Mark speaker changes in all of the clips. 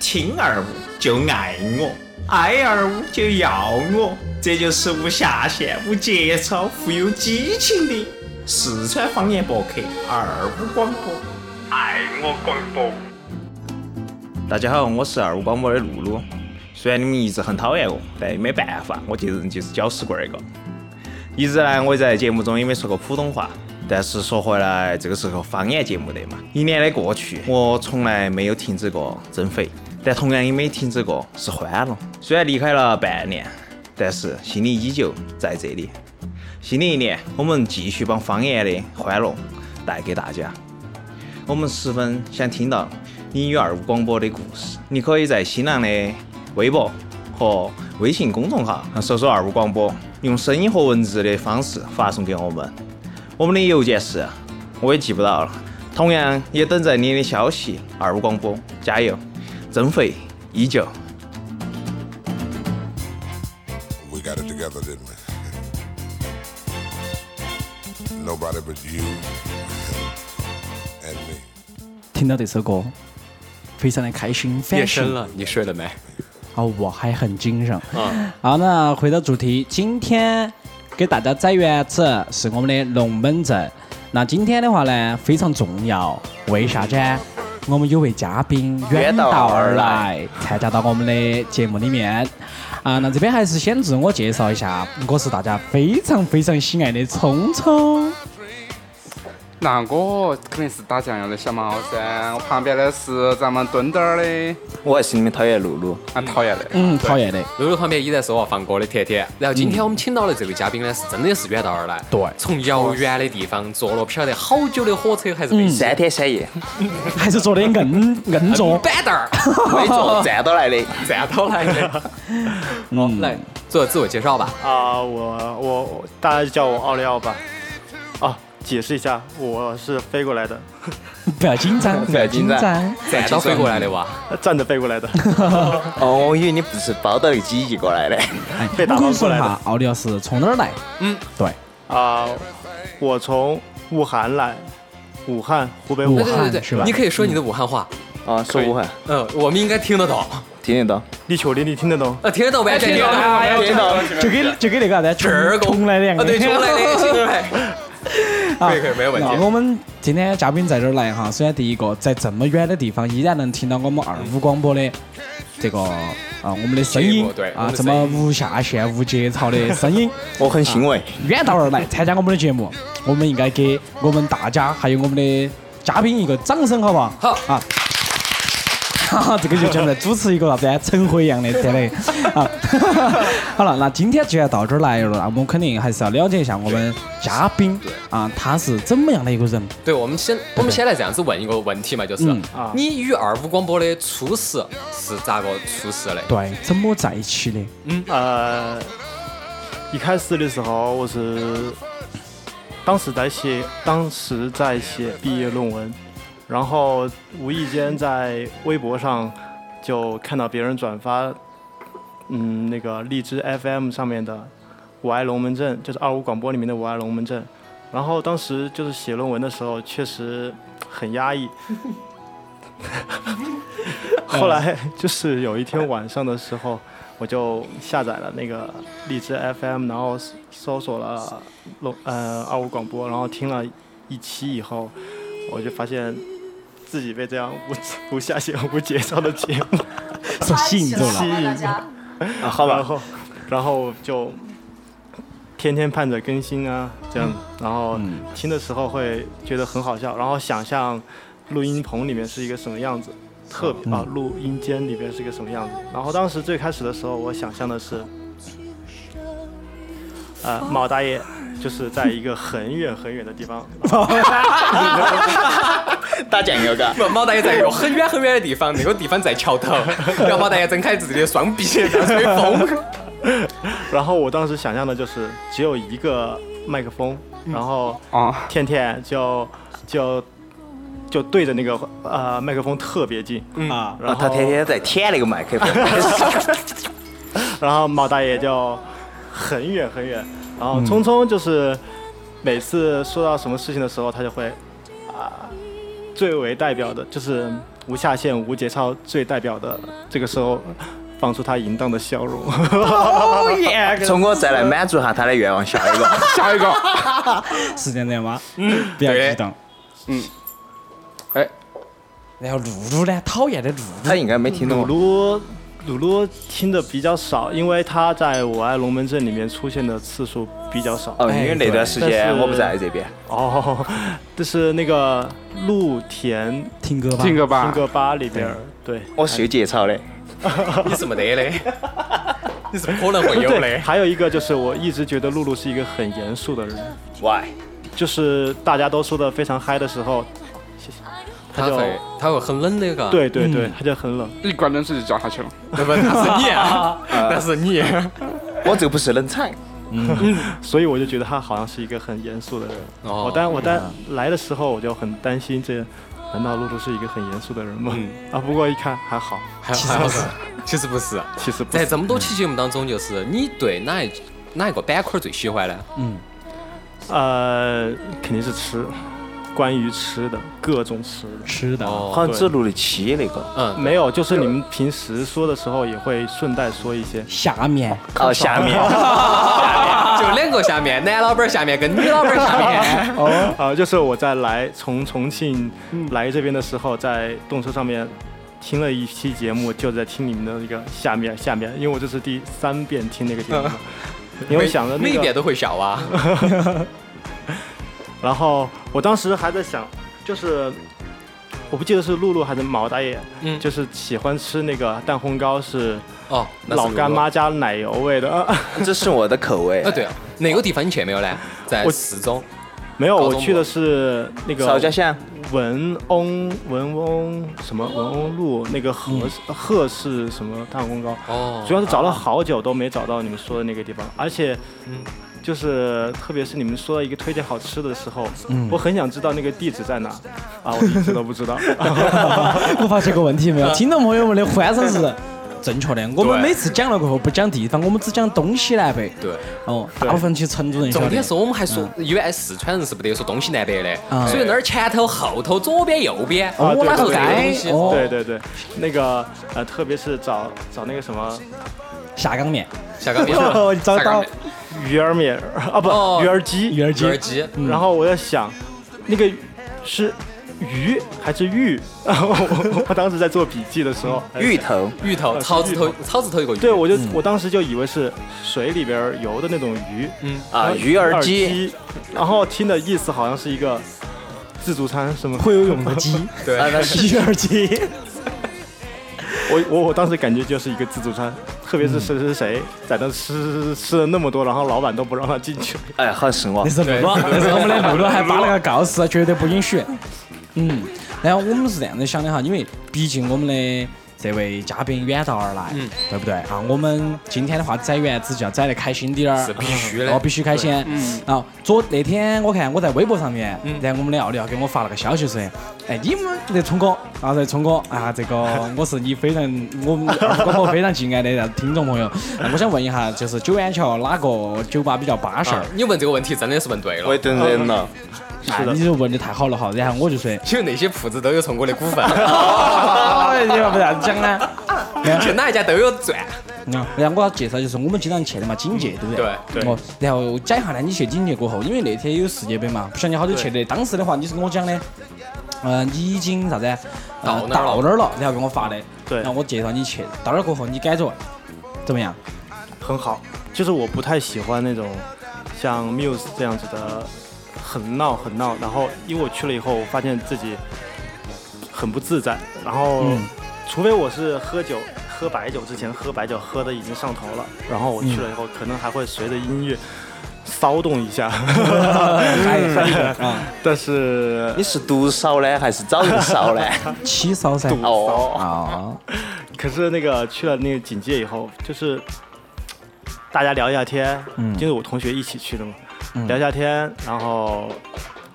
Speaker 1: 听二五就爱我，爱二五就要我，这就是无下限、无节操、富有激情的四川方言博客二五广播，爱我广播。大家好，我是二五广播的露露。虽然你们一直很讨厌我，但没办法，我这人就是搅屎棍儿一个。一直呢，我在节目中也没说过普通话，但是说回来，这个是个方言节目的嘛。一年的过去，我从来没有停止过增肥，但同样也没停止过是欢乐。虽然离开了半年，但是心里依旧在这里。新的一年，我们继续把方言的欢乐带给大家。我们十分想听到你与二五广播的故事。你可以在新浪的微博和微信公众号搜索“二五广播”，用声音和文字的方式发送给我们。我们的邮件是，我也记不到了。同样也等着你的消息。二五广播，加油！增肥依旧。
Speaker 2: We got it together, didn't we? Nobody but you and me.
Speaker 3: 听到这首歌，非常的开心，
Speaker 4: 夜
Speaker 3: 反
Speaker 4: 深
Speaker 3: 省
Speaker 4: 了，你睡了没？
Speaker 3: 啊，我还很精神。
Speaker 4: 啊，
Speaker 3: 好，那回到主题，今天给大家摘园子是我们的龙门阵。那今天的话呢，非常重要，为啥子？我们有位嘉宾远道而来，参加到我们的节目里面。啊，那这边还是先自我介绍一下，我是大家非常非常喜爱的聪聪。
Speaker 5: 那我肯定是打酱油的小毛噻，我旁边的是咱们墩墩儿的，
Speaker 1: 我还是你们讨厌露露。
Speaker 5: 俺讨厌的。
Speaker 3: 嗯，讨厌的，
Speaker 4: 露露旁边依然是我放歌的甜甜。然后今天我们请到的这位嘉宾呢，是真的是远道而来，
Speaker 3: 对
Speaker 4: 从遥远的地方坐了不晓得好久的火车
Speaker 3: 嗯
Speaker 4: 还是没
Speaker 6: 三天三 夜，
Speaker 3: 还是坐的硬硬座。
Speaker 4: 板凳儿
Speaker 6: 没坐站到来的。
Speaker 4: 站到来的。
Speaker 3: 嗯，
Speaker 4: 来做自我介绍吧。
Speaker 7: 啊，我我大家就叫我奥利奥吧。啊，解释一下，我是飞过来的，
Speaker 3: 不要紧 张，不要紧张。
Speaker 4: 站到飞过来的哇，
Speaker 7: 呃站着飞过来 的。
Speaker 6: 哦，我以为你不是包到那个几亿过来的。
Speaker 3: 哎，
Speaker 7: 被打
Speaker 3: 我跟
Speaker 7: 包
Speaker 3: 你说
Speaker 7: 过
Speaker 3: 一
Speaker 7: 来的
Speaker 3: 下，奥利奥是从哪儿 来？
Speaker 4: 嗯，
Speaker 3: 对，
Speaker 7: 啊，我从武汉来，武汉湖北武
Speaker 3: 武
Speaker 4: 对
Speaker 7: 汉。
Speaker 4: 对
Speaker 3: 汉
Speaker 4: 对
Speaker 3: 是
Speaker 4: 对，
Speaker 3: 吧
Speaker 4: 你可以说你的武汉话，
Speaker 6: 啊，说武汉，
Speaker 4: 嗯，我们应该听得懂，
Speaker 6: 听得到。
Speaker 7: 你确定你听得懂？
Speaker 4: 呃，听得懂
Speaker 3: 哎
Speaker 4: 呗，听得懂，
Speaker 6: 听到。
Speaker 3: 就跟就跟那个啥子
Speaker 4: 这儿
Speaker 3: 穷穷啊来的样
Speaker 4: 啊，
Speaker 3: 子。
Speaker 4: 对，重来的，重来的。
Speaker 3: 啊
Speaker 4: 可以可以没有问题
Speaker 3: 那我们今天嘉宾在这儿来哈，虽然第一个在这么远的地方依然能听到我们二五广播的这个啊我们的声
Speaker 4: 节
Speaker 3: 音
Speaker 4: 目对我
Speaker 3: 啊
Speaker 4: 们的
Speaker 3: 这
Speaker 4: 声音
Speaker 3: 么无下限、无节操的声音，
Speaker 6: 我很欣慰，
Speaker 3: 远道而来参加我们的节目，我们应该给我们大家还有我们的嘉宾一个掌声，好不好？
Speaker 4: 好
Speaker 3: 啊。哈哈， 这个就像在主持一个啥子晨会一样的，真 的啊！ 好了，那今天既然到这儿来了，那我们肯定还是要了解一下我们嘉宾啊，他是怎么样的一个人？
Speaker 4: 对，我们先我们先来这样子问一个问题嘛，就是
Speaker 3: 嗯
Speaker 7: 啊
Speaker 4: 你与二五广播的初识是咋个初识的？
Speaker 3: 对，怎么在一起的？
Speaker 7: 呃，一开始的时候我是，当时在写，当时在写毕业论文，然后无意间在微博上就看到别人转发，嗯，那个荔枝 FM 上面的“我爱龙门阵”，就是二五广播里面的“我爱龙门阵”，然后当时就是写论文的时候确实很压抑。后来就是有一天晚上的时候，我就下载了那个荔枝 FM，然后搜搜索了龙呃二五广播，然后听了一期以后，我就发现自己被这样无无下限、无节操 的节目
Speaker 3: 所吸引住了
Speaker 7: 吸。引，
Speaker 6: 啊，好
Speaker 7: 然
Speaker 6: 吧，
Speaker 7: 后然后就天天盼着更新啊，这
Speaker 6: 嗯
Speaker 7: 样，然后听的时候会觉得很好笑，然后想象录音棚里面是一个什么样子。特
Speaker 6: 嗯
Speaker 7: 别啊，录音间里面是一个什么样子？然后当时最开始的时候，我想象的是呃，毛大爷就是在一个很远很远的地方，
Speaker 6: 打酱油嘎。
Speaker 4: 不，毛大爷在一个很远很远的地方，那个地方在桥头， 然后毛大爷睁开自己的双臂在吹风。
Speaker 7: 然后我当时想象的就是只有一个麦克风，
Speaker 6: 嗯
Speaker 7: 然后
Speaker 5: 啊，
Speaker 7: 天天就就就对着那个呃麦克风特别近，
Speaker 3: 啊，
Speaker 7: 然后
Speaker 6: 啊，他天天在舔那个麦克风，
Speaker 7: 然后毛大爷就很远很远，然后聪聪就是每次说到什么事情的时候，他就会啊、最为代表的就是无下限、无节操最代表的，这个时候放出他淫荡的笑容。
Speaker 1: 从我再来满足下他的愿望，下一个
Speaker 5: 下一个。
Speaker 3: 是这样的吗？嗯，不要
Speaker 4: 对
Speaker 3: 激动。
Speaker 5: 哎，
Speaker 3: 然后露露呢？讨厌的露露，
Speaker 1: 他应该没听懂
Speaker 7: 鲁
Speaker 1: 我。
Speaker 7: 鲁鲁鲁听的比较少，因为他在我爱龙门阵里面出现的次数比较少。
Speaker 1: 哦，因为那段时
Speaker 7: 但
Speaker 1: 间
Speaker 7: 是
Speaker 1: 我不在这边，
Speaker 7: 哦， 就是那个陆田
Speaker 3: 听歌吧。
Speaker 5: 听个吧
Speaker 7: 听。歌吧里边儿，对
Speaker 4: 哦
Speaker 1: 我是有节操的。
Speaker 4: 你是没得的，你是不可能会有
Speaker 7: 对，
Speaker 4: 的。
Speaker 7: 还有一个就是我一直觉得露露是一个很严肃的人，
Speaker 4: 嗯
Speaker 1: Why？
Speaker 7: 就是大家都说的非常嗨的时候，
Speaker 4: 嗯
Speaker 7: 谢
Speaker 4: 他
Speaker 7: 谢，他
Speaker 4: 会
Speaker 7: 就。
Speaker 4: 他会很冷的，嘎。，
Speaker 7: 对对
Speaker 4: 嗯
Speaker 7: 对，他就很冷。
Speaker 5: 一关灯水就叫他去了。
Speaker 4: 那不那是你 啊，那是你。
Speaker 1: 我这个不是冷场，
Speaker 7: 所以我就觉得他好像是一个很严肃的人。
Speaker 4: 哦
Speaker 7: 我担我担来的时候我就很担心这，难道露露是一个很严肃的人吗？
Speaker 4: 嗯
Speaker 7: 啊，不过一看还好，
Speaker 4: 还还好是，其实不是。
Speaker 7: 其实不
Speaker 4: 在
Speaker 7: 是。
Speaker 4: 这么多期节目当中，就是你对哪一哪一个板块最喜欢呢？
Speaker 7: 呃，肯定是吃，关于吃的各种吃的。
Speaker 3: 吃的，
Speaker 4: 哦，
Speaker 1: 好像只录了七那个。
Speaker 4: 嗯，
Speaker 7: 没有，就是你们平时说的时候也会顺带说一些。
Speaker 3: 下 面
Speaker 1: 哦，下面
Speaker 4: 下面就两个下面， 男老板下面跟女老板下面。
Speaker 7: 哦，呃，就是我在来从重庆
Speaker 4: 嗯
Speaker 7: 来这边的时候，在动车上面听了一期节目，就在听你们的那个下面下面，因为我这是第三遍听那个节目，因为 我想着
Speaker 4: 每
Speaker 7: 那
Speaker 4: 嗯一遍
Speaker 7: 个，
Speaker 4: 都会笑啊。
Speaker 7: 然后我当时还在想，就是我不记得是露露还是毛大爷，
Speaker 4: 嗯
Speaker 7: 就是喜欢吃那个蛋烘糕是
Speaker 4: 哦，那是
Speaker 7: 老干妈加奶油味的，
Speaker 1: 这是我的口味
Speaker 4: 如果。啊，。对啊，哪个地方你去没有呢？在
Speaker 7: 我
Speaker 4: 四中。
Speaker 7: 没有，
Speaker 4: 高中
Speaker 7: 我去的是那个
Speaker 1: 邵家巷，
Speaker 7: 文翁文翁什么文翁路那个贺
Speaker 3: 嗯
Speaker 7: 贺氏什么大公糕，
Speaker 4: 哦
Speaker 7: 主要是找了好久都没找到你们说的那个地方，而且，
Speaker 3: 嗯
Speaker 7: 就是特别是你们说到一个推荐好吃的时候，
Speaker 3: 嗯
Speaker 7: 我很想知道那个地址在哪啊，我一直都不 知道。啊
Speaker 3: 我发现个问题没有？听众朋友们的欢声是正确的。我们
Speaker 4: 嗯对
Speaker 3: 每次讲了过后不讲地方，我们只讲东西南北。
Speaker 4: 对。
Speaker 3: 哦，大部分其实成都人晓
Speaker 4: 重
Speaker 3: 得
Speaker 4: 点。是我们还说，因为四川人是不得说东西南北的，
Speaker 3: 嗯
Speaker 4: 所以那儿前头、后头、左边、右边，
Speaker 3: 哦
Speaker 7: 对
Speaker 4: 哪头
Speaker 7: 对
Speaker 4: 该
Speaker 3: 对哦
Speaker 7: 对对对，那个呃，特别是找找那个什么
Speaker 3: 下岗面，
Speaker 4: 下岗面，
Speaker 3: 哦你找
Speaker 4: 下岗面，
Speaker 7: 鱼儿面啊，不
Speaker 4: 哦
Speaker 7: 鱼儿鸡，
Speaker 3: 鱼儿
Speaker 4: 鱼
Speaker 3: 鸡
Speaker 4: 儿鸡，
Speaker 7: 然后我在想，那个是鱼还是玉？ 我我当时在做笔记的时候，
Speaker 1: 芋头，
Speaker 4: 芋头、草字头、草字头一个鱼，
Speaker 7: 对我就我当时就以为是水里边儿游的那种鱼
Speaker 1: 啊，
Speaker 7: 然后
Speaker 1: 鱼儿鸡，，
Speaker 7: 然后听的意思好像是一个自助餐什么。
Speaker 3: 会游 泳的鸡，
Speaker 4: 对
Speaker 1: 啊，那是
Speaker 3: 鱼儿鸡。
Speaker 7: 我我我当时感觉就是一个自助餐，特别是谁谁谁在那吃吃了那么多，然后老板都不让他进去。
Speaker 1: 哎，好是我
Speaker 3: 那。是露露，那是我们的露露还把那个告示，绝对不允许。嗯，然后我们是这样子想的哈，因为毕竟我们的这位嘉宾远道而来，
Speaker 4: 嗯
Speaker 3: 对不对啊？我们今天的话宰园子就要宰得开心点儿，
Speaker 4: 是必须的嗯
Speaker 3: 哦，必须开心。然后昨那天我看我在微博上面，然后我们的奥利奥给我发了个消息说，哎，你们这聪哥啊，这聪哥啊，这个我是你非常我们我们非常敬爱的听众朋友，那我想问一下，就是九眼桥哪个酒吧比较巴适儿
Speaker 4: 啊？你问这个问题真的是问对
Speaker 1: 我
Speaker 4: 了
Speaker 1: 也。等人了，
Speaker 3: 哎，你就问的太好了哈，然后我就说，
Speaker 4: 其实那些铺子都有聪哥的股份，
Speaker 3: 哎，你们不这样讲呢？
Speaker 4: 去哪一家都有赚。
Speaker 3: 嗯，然后我要介绍就是我们经常去的嘛，警戒，对不对？
Speaker 4: 对
Speaker 3: 哦，然后讲一下呢，你去警戒过后，因为那天有世界杯嘛，不晓得你好久去的。当时的话，你是跟我讲的，呃，你已经啥子？呃
Speaker 4: 到那儿了
Speaker 3: 到那儿了，然后给我发的。
Speaker 7: 对
Speaker 3: 然后我介绍你去，到那儿过后你改着，怎么样？
Speaker 7: 很好，就是我不太喜欢那种像 Muse 这样子的很闹很闹，然后因为我去了以后，我发现自己很不自在，然后、
Speaker 3: 嗯
Speaker 7: 除非我是喝酒。喝白酒之前喝白酒喝的已经上头了，然后我去了以后，可能还会随着音乐骚动一下，
Speaker 3: 还还有啊，
Speaker 7: 但是
Speaker 1: 你是独烧呢，还是找人烧呢？
Speaker 3: 七烧噻。
Speaker 1: 哦，
Speaker 3: 啊，
Speaker 7: 可是那个去了那个警戒以后，就是大家聊一下天，
Speaker 3: 嗯
Speaker 7: 就是我同学一起去的嘛，
Speaker 3: 嗯
Speaker 7: 聊一下天，然后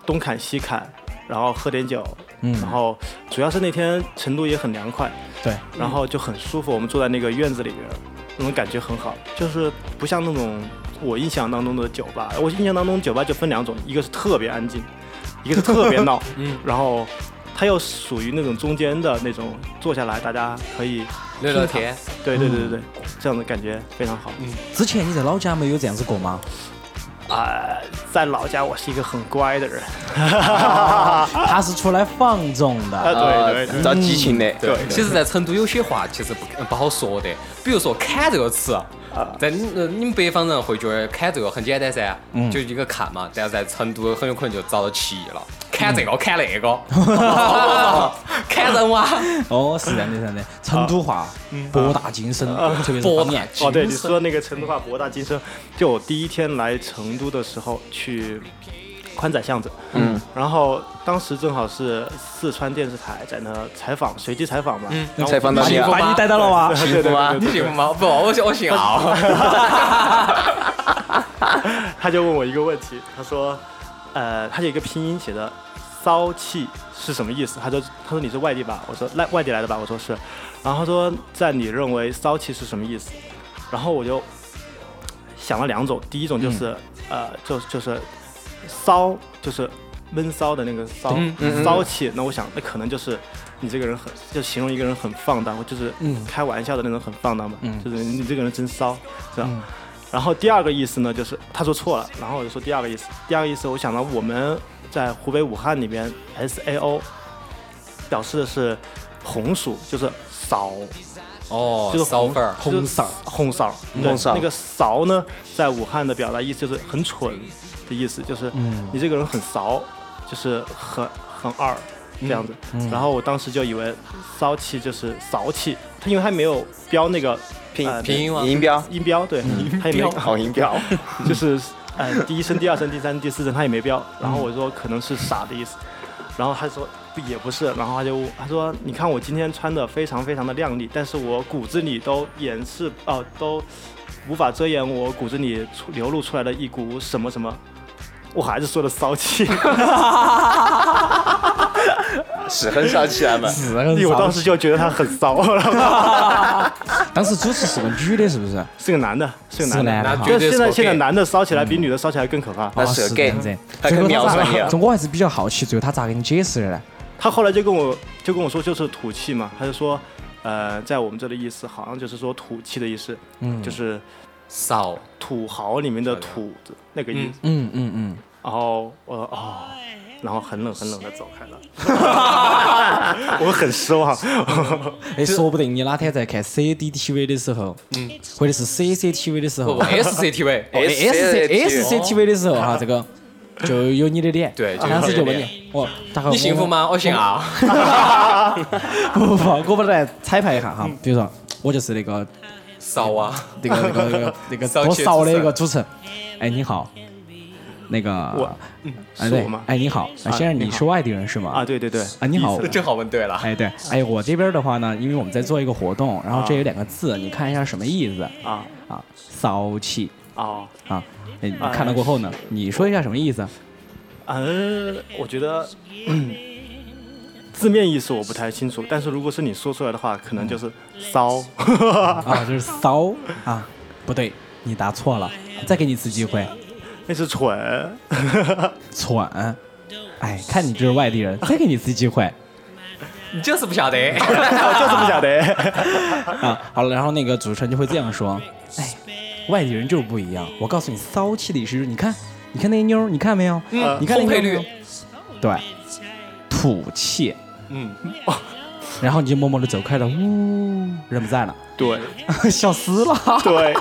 Speaker 7: 东砍西砍，然后喝点酒，
Speaker 3: 嗯
Speaker 7: 然后主要是那天成都也很凉快，
Speaker 3: 对，
Speaker 7: 然后就很舒服，我们坐在那个院子里边，那种感觉很好，就是不像那种我印象当中的酒吧， 我印象当中酒吧就分两种，一个是特别安静，一个是特别闹，嗯，然后。它又属于那种中间的那种，坐下来大家可以
Speaker 4: 聊聊天，
Speaker 7: 对对对对对，这样的感觉非常好。
Speaker 3: 之前你在老家没有这样子过吗？
Speaker 7: 啊、在老家我是一个很乖的人，
Speaker 3: 他是出来放纵的，
Speaker 7: 啊对对
Speaker 1: 找激情的，
Speaker 4: 对，其实，在成都有些话其实不呃不好说的，比如说“砍”这个词，在你呃你们北方人会觉得“砍”这个很简单噻，
Speaker 3: 嗯
Speaker 4: 就一个看嘛，但是在成都很有可能就遭到歧义了，
Speaker 3: 嗯
Speaker 4: 砍这个，砍那 个，砍人哇，
Speaker 3: 哦，是这样的，是这样的。成都话博大精深，特别是
Speaker 4: 啊嗯博
Speaker 3: 方
Speaker 4: 大
Speaker 3: 言。嗯
Speaker 7: 哦，对，你
Speaker 4: 精神
Speaker 7: 说那个成都话博大精深，就我第一天来成都的时候去宽窄巷子，嗯，然后当时正好是四川电视台在那采访，随机采访嘛，嗯，
Speaker 1: 采访到
Speaker 3: 把
Speaker 1: 你
Speaker 3: 你
Speaker 1: 啊，
Speaker 3: 把你带到了 哇！
Speaker 1: 幸福吗？
Speaker 4: 啊你信吗？不，我信我信 啊。
Speaker 7: 他就问我一个问题，他说，呃，他有一个拼音写的骚气是什么意思？他说，他说你是外地吧？我说来外地来的吧？我说是，然后他说在你认为骚气是什么意思？然后我就想了两种，第一种就是、呃，就就是骚，就是闷骚的那个骚、骚气。那我想，那可能就是你这个人很，就形容一个人很放荡，或就是开玩笑的那种很放荡嘛，就是你这个人真骚，是吧？然后第二个意思呢，就是他说错了，然后我就说第二个意思。第二个意思，我想到我们在湖北武汉里边 S A O 表示的是红薯，就是扫
Speaker 4: 哦
Speaker 7: 就，是
Speaker 4: 骚粉儿，
Speaker 7: 红嗓，红嗓，
Speaker 1: 红嗓
Speaker 7: 对那个勺呢，在武汉的表达意思就是很蠢的意思，就是你这个人很骚，就是很很二这样子。然后我当时就以为骚气就是骚气，他因为他没有标那个
Speaker 1: 拼
Speaker 7: 呃
Speaker 4: 拼音吗？
Speaker 1: 音标，
Speaker 7: 音标，对，他也没
Speaker 1: 好音 标，
Speaker 7: 就是呃第一声、第二声、第三声、第四声他也没标。然后我说可能是傻的意思，然后他说不也不是，然后他就他说你看我今天穿的非常非常的靓丽，但是我骨子里都掩饰哦、都无法遮掩我骨子里出流露出来的一股什么什么。我还是说的骚气，
Speaker 1: 是很少气啊嘛。
Speaker 7: 我当时就觉得他很骚，
Speaker 3: 当时主持是个女的，是不是？
Speaker 7: 是个男的，是个男的。嗯
Speaker 3: 是男的
Speaker 4: 绝
Speaker 7: 就是现在
Speaker 4: 对是个
Speaker 7: 现在
Speaker 4: gay
Speaker 7: 男的骚起来比女的骚起来更可怕。
Speaker 1: 那
Speaker 3: 哦
Speaker 1: 是
Speaker 3: 是
Speaker 1: 个 gay，
Speaker 3: 这样子
Speaker 1: 他
Speaker 3: 最
Speaker 1: 更
Speaker 3: 后
Speaker 1: 瞄
Speaker 3: 他
Speaker 1: 准你
Speaker 3: 咋
Speaker 1: 了
Speaker 3: 中国还是比较好奇，最后他咋给你解释的呢？
Speaker 7: 他后来就跟我就跟我说，就是土气嘛，他就说，呃，在我们这里意思好像就是说土气的意思，嗯，就是
Speaker 4: 骚，
Speaker 7: 土豪里面的土字那个音。
Speaker 3: 嗯嗯嗯，
Speaker 7: 然后我说哦，然后很冷很冷的走 开了，我很失望。
Speaker 3: 哎，说不定你哪天在看 CDTV 的时候，嗯，或者是 CCTV 的时
Speaker 4: 不
Speaker 3: 候
Speaker 4: 不 ，SCTV，
Speaker 3: 哦
Speaker 1: SCTV
Speaker 3: SCTV 的时候 哈，这个就有你的脸，
Speaker 4: 哦对就有
Speaker 3: 当时就
Speaker 4: 你的
Speaker 3: 问
Speaker 4: 脸
Speaker 3: 你，哦，大哥
Speaker 4: 你幸福？吗？我 信啊。
Speaker 3: 我 不不不，我们来彩排一下哈，
Speaker 4: 嗯
Speaker 3: 比如说我就是那个
Speaker 4: 骚啊，
Speaker 3: 那个那个那个 那个
Speaker 4: 骚
Speaker 3: 多
Speaker 4: 气
Speaker 3: 骚的
Speaker 4: 之
Speaker 3: 一
Speaker 4: 神
Speaker 3: 个主持人，哎，你好，那个
Speaker 7: 我，
Speaker 3: 哎
Speaker 7: 是
Speaker 3: 对
Speaker 7: 我吗，啊
Speaker 3: 哎你好，哎先生
Speaker 7: 你
Speaker 3: 你
Speaker 7: 好
Speaker 3: 是外地人是吗？
Speaker 7: 啊，对对对，
Speaker 3: 啊你好，
Speaker 4: 正好问对了。
Speaker 3: 哎，对，哎，我这边的话呢，因为我们在做一个活动，然后这有两个字，你看一下什么意思
Speaker 7: 啊
Speaker 3: 啊？骚气
Speaker 7: 哦，
Speaker 3: 啊！哎，你看了过后呢，你说一下什么意思？
Speaker 7: 嗯、我觉得，嗯字面意思我不太清楚，但是如果是你说出来的话，可能就是骚。
Speaker 3: 啊，就是骚啊，不对，你答错了，再给你一次机会，
Speaker 7: 那是蠢，
Speaker 3: 蠢。哎，看你就是外地人，再给你一次机会
Speaker 4: 你就是不晓得。
Speaker 7: 我就是不晓得。
Speaker 3: 啊！好了，然后那个主持人就会这样说：“哎，外地人就是不一样。我告诉你，骚气的意思就是，你看，你看那妞儿，你看没有？
Speaker 4: 嗯
Speaker 3: 你看那
Speaker 4: 烘
Speaker 3: 妞儿没
Speaker 4: 焙率
Speaker 3: 有？对，土气。哦
Speaker 4: 嗯，
Speaker 3: 然后你就默默的走开了，呜，人不在了，
Speaker 7: 对
Speaker 3: 笑死了。
Speaker 7: 对，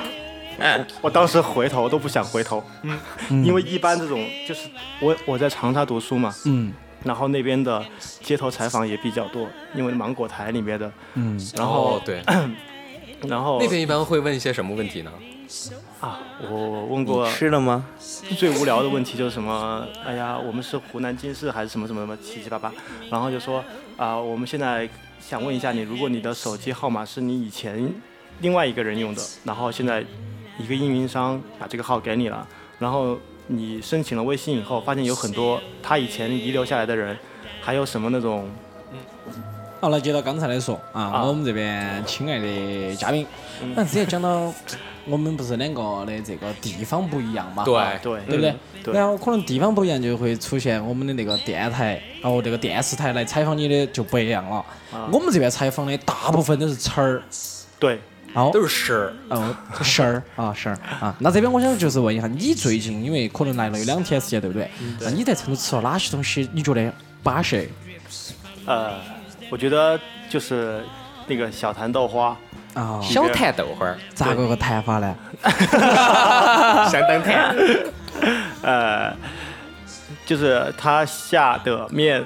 Speaker 7: 我当时回头都不想回头，嗯
Speaker 4: 嗯
Speaker 7: 因为一般这种就是我我在长沙读书嘛，
Speaker 3: 嗯
Speaker 7: 然后那边的街头采访也比较多，因为芒果台里面的，
Speaker 3: 嗯，
Speaker 7: 然后、
Speaker 4: 哦，对，
Speaker 7: 然 后
Speaker 4: 那边一般会问一些什么问题呢？
Speaker 7: 啊，我问过
Speaker 1: 吃了吗？
Speaker 7: 最无聊的问题就是什么？哎呀，我们是湖南经视还是什么什么什么七七八八？然后就说啊、我们现在想问一下你，如果你的手机号码是你以前另外一个人用的，然后现在一个运营商把这个号给你了，然后你申请了微信以后，发现有很多他以前遗留下来的人，还有什么那种
Speaker 3: 好了，接到刚才的说啊，我们这边亲爱的嘉宾，那之前讲到我们不是两个的这个地方不一样嘛？
Speaker 4: 对
Speaker 3: 啊
Speaker 7: 对
Speaker 3: 对不对
Speaker 7: 嗯？对
Speaker 3: 然后可能地方不一样，就会出现我们的那个电台，哦，那个电视台来采访你的就不一样了。我们这边采访的大部分都是词儿，
Speaker 7: 对，
Speaker 3: 哦，
Speaker 4: 都是诗儿。
Speaker 3: 哦，事儿啊，事儿啊。那这边我想就是问一下，你最近因为可能来了有两天时间，对不对？那你在成都吃了哪些东西？你觉得巴适？
Speaker 7: 呃，我觉得就是那个小坛豆花，
Speaker 3: 啊，
Speaker 4: 小谈豆花儿，
Speaker 3: 咋个个谈法呢？
Speaker 4: 相当谈。
Speaker 7: 呃，就是它下的面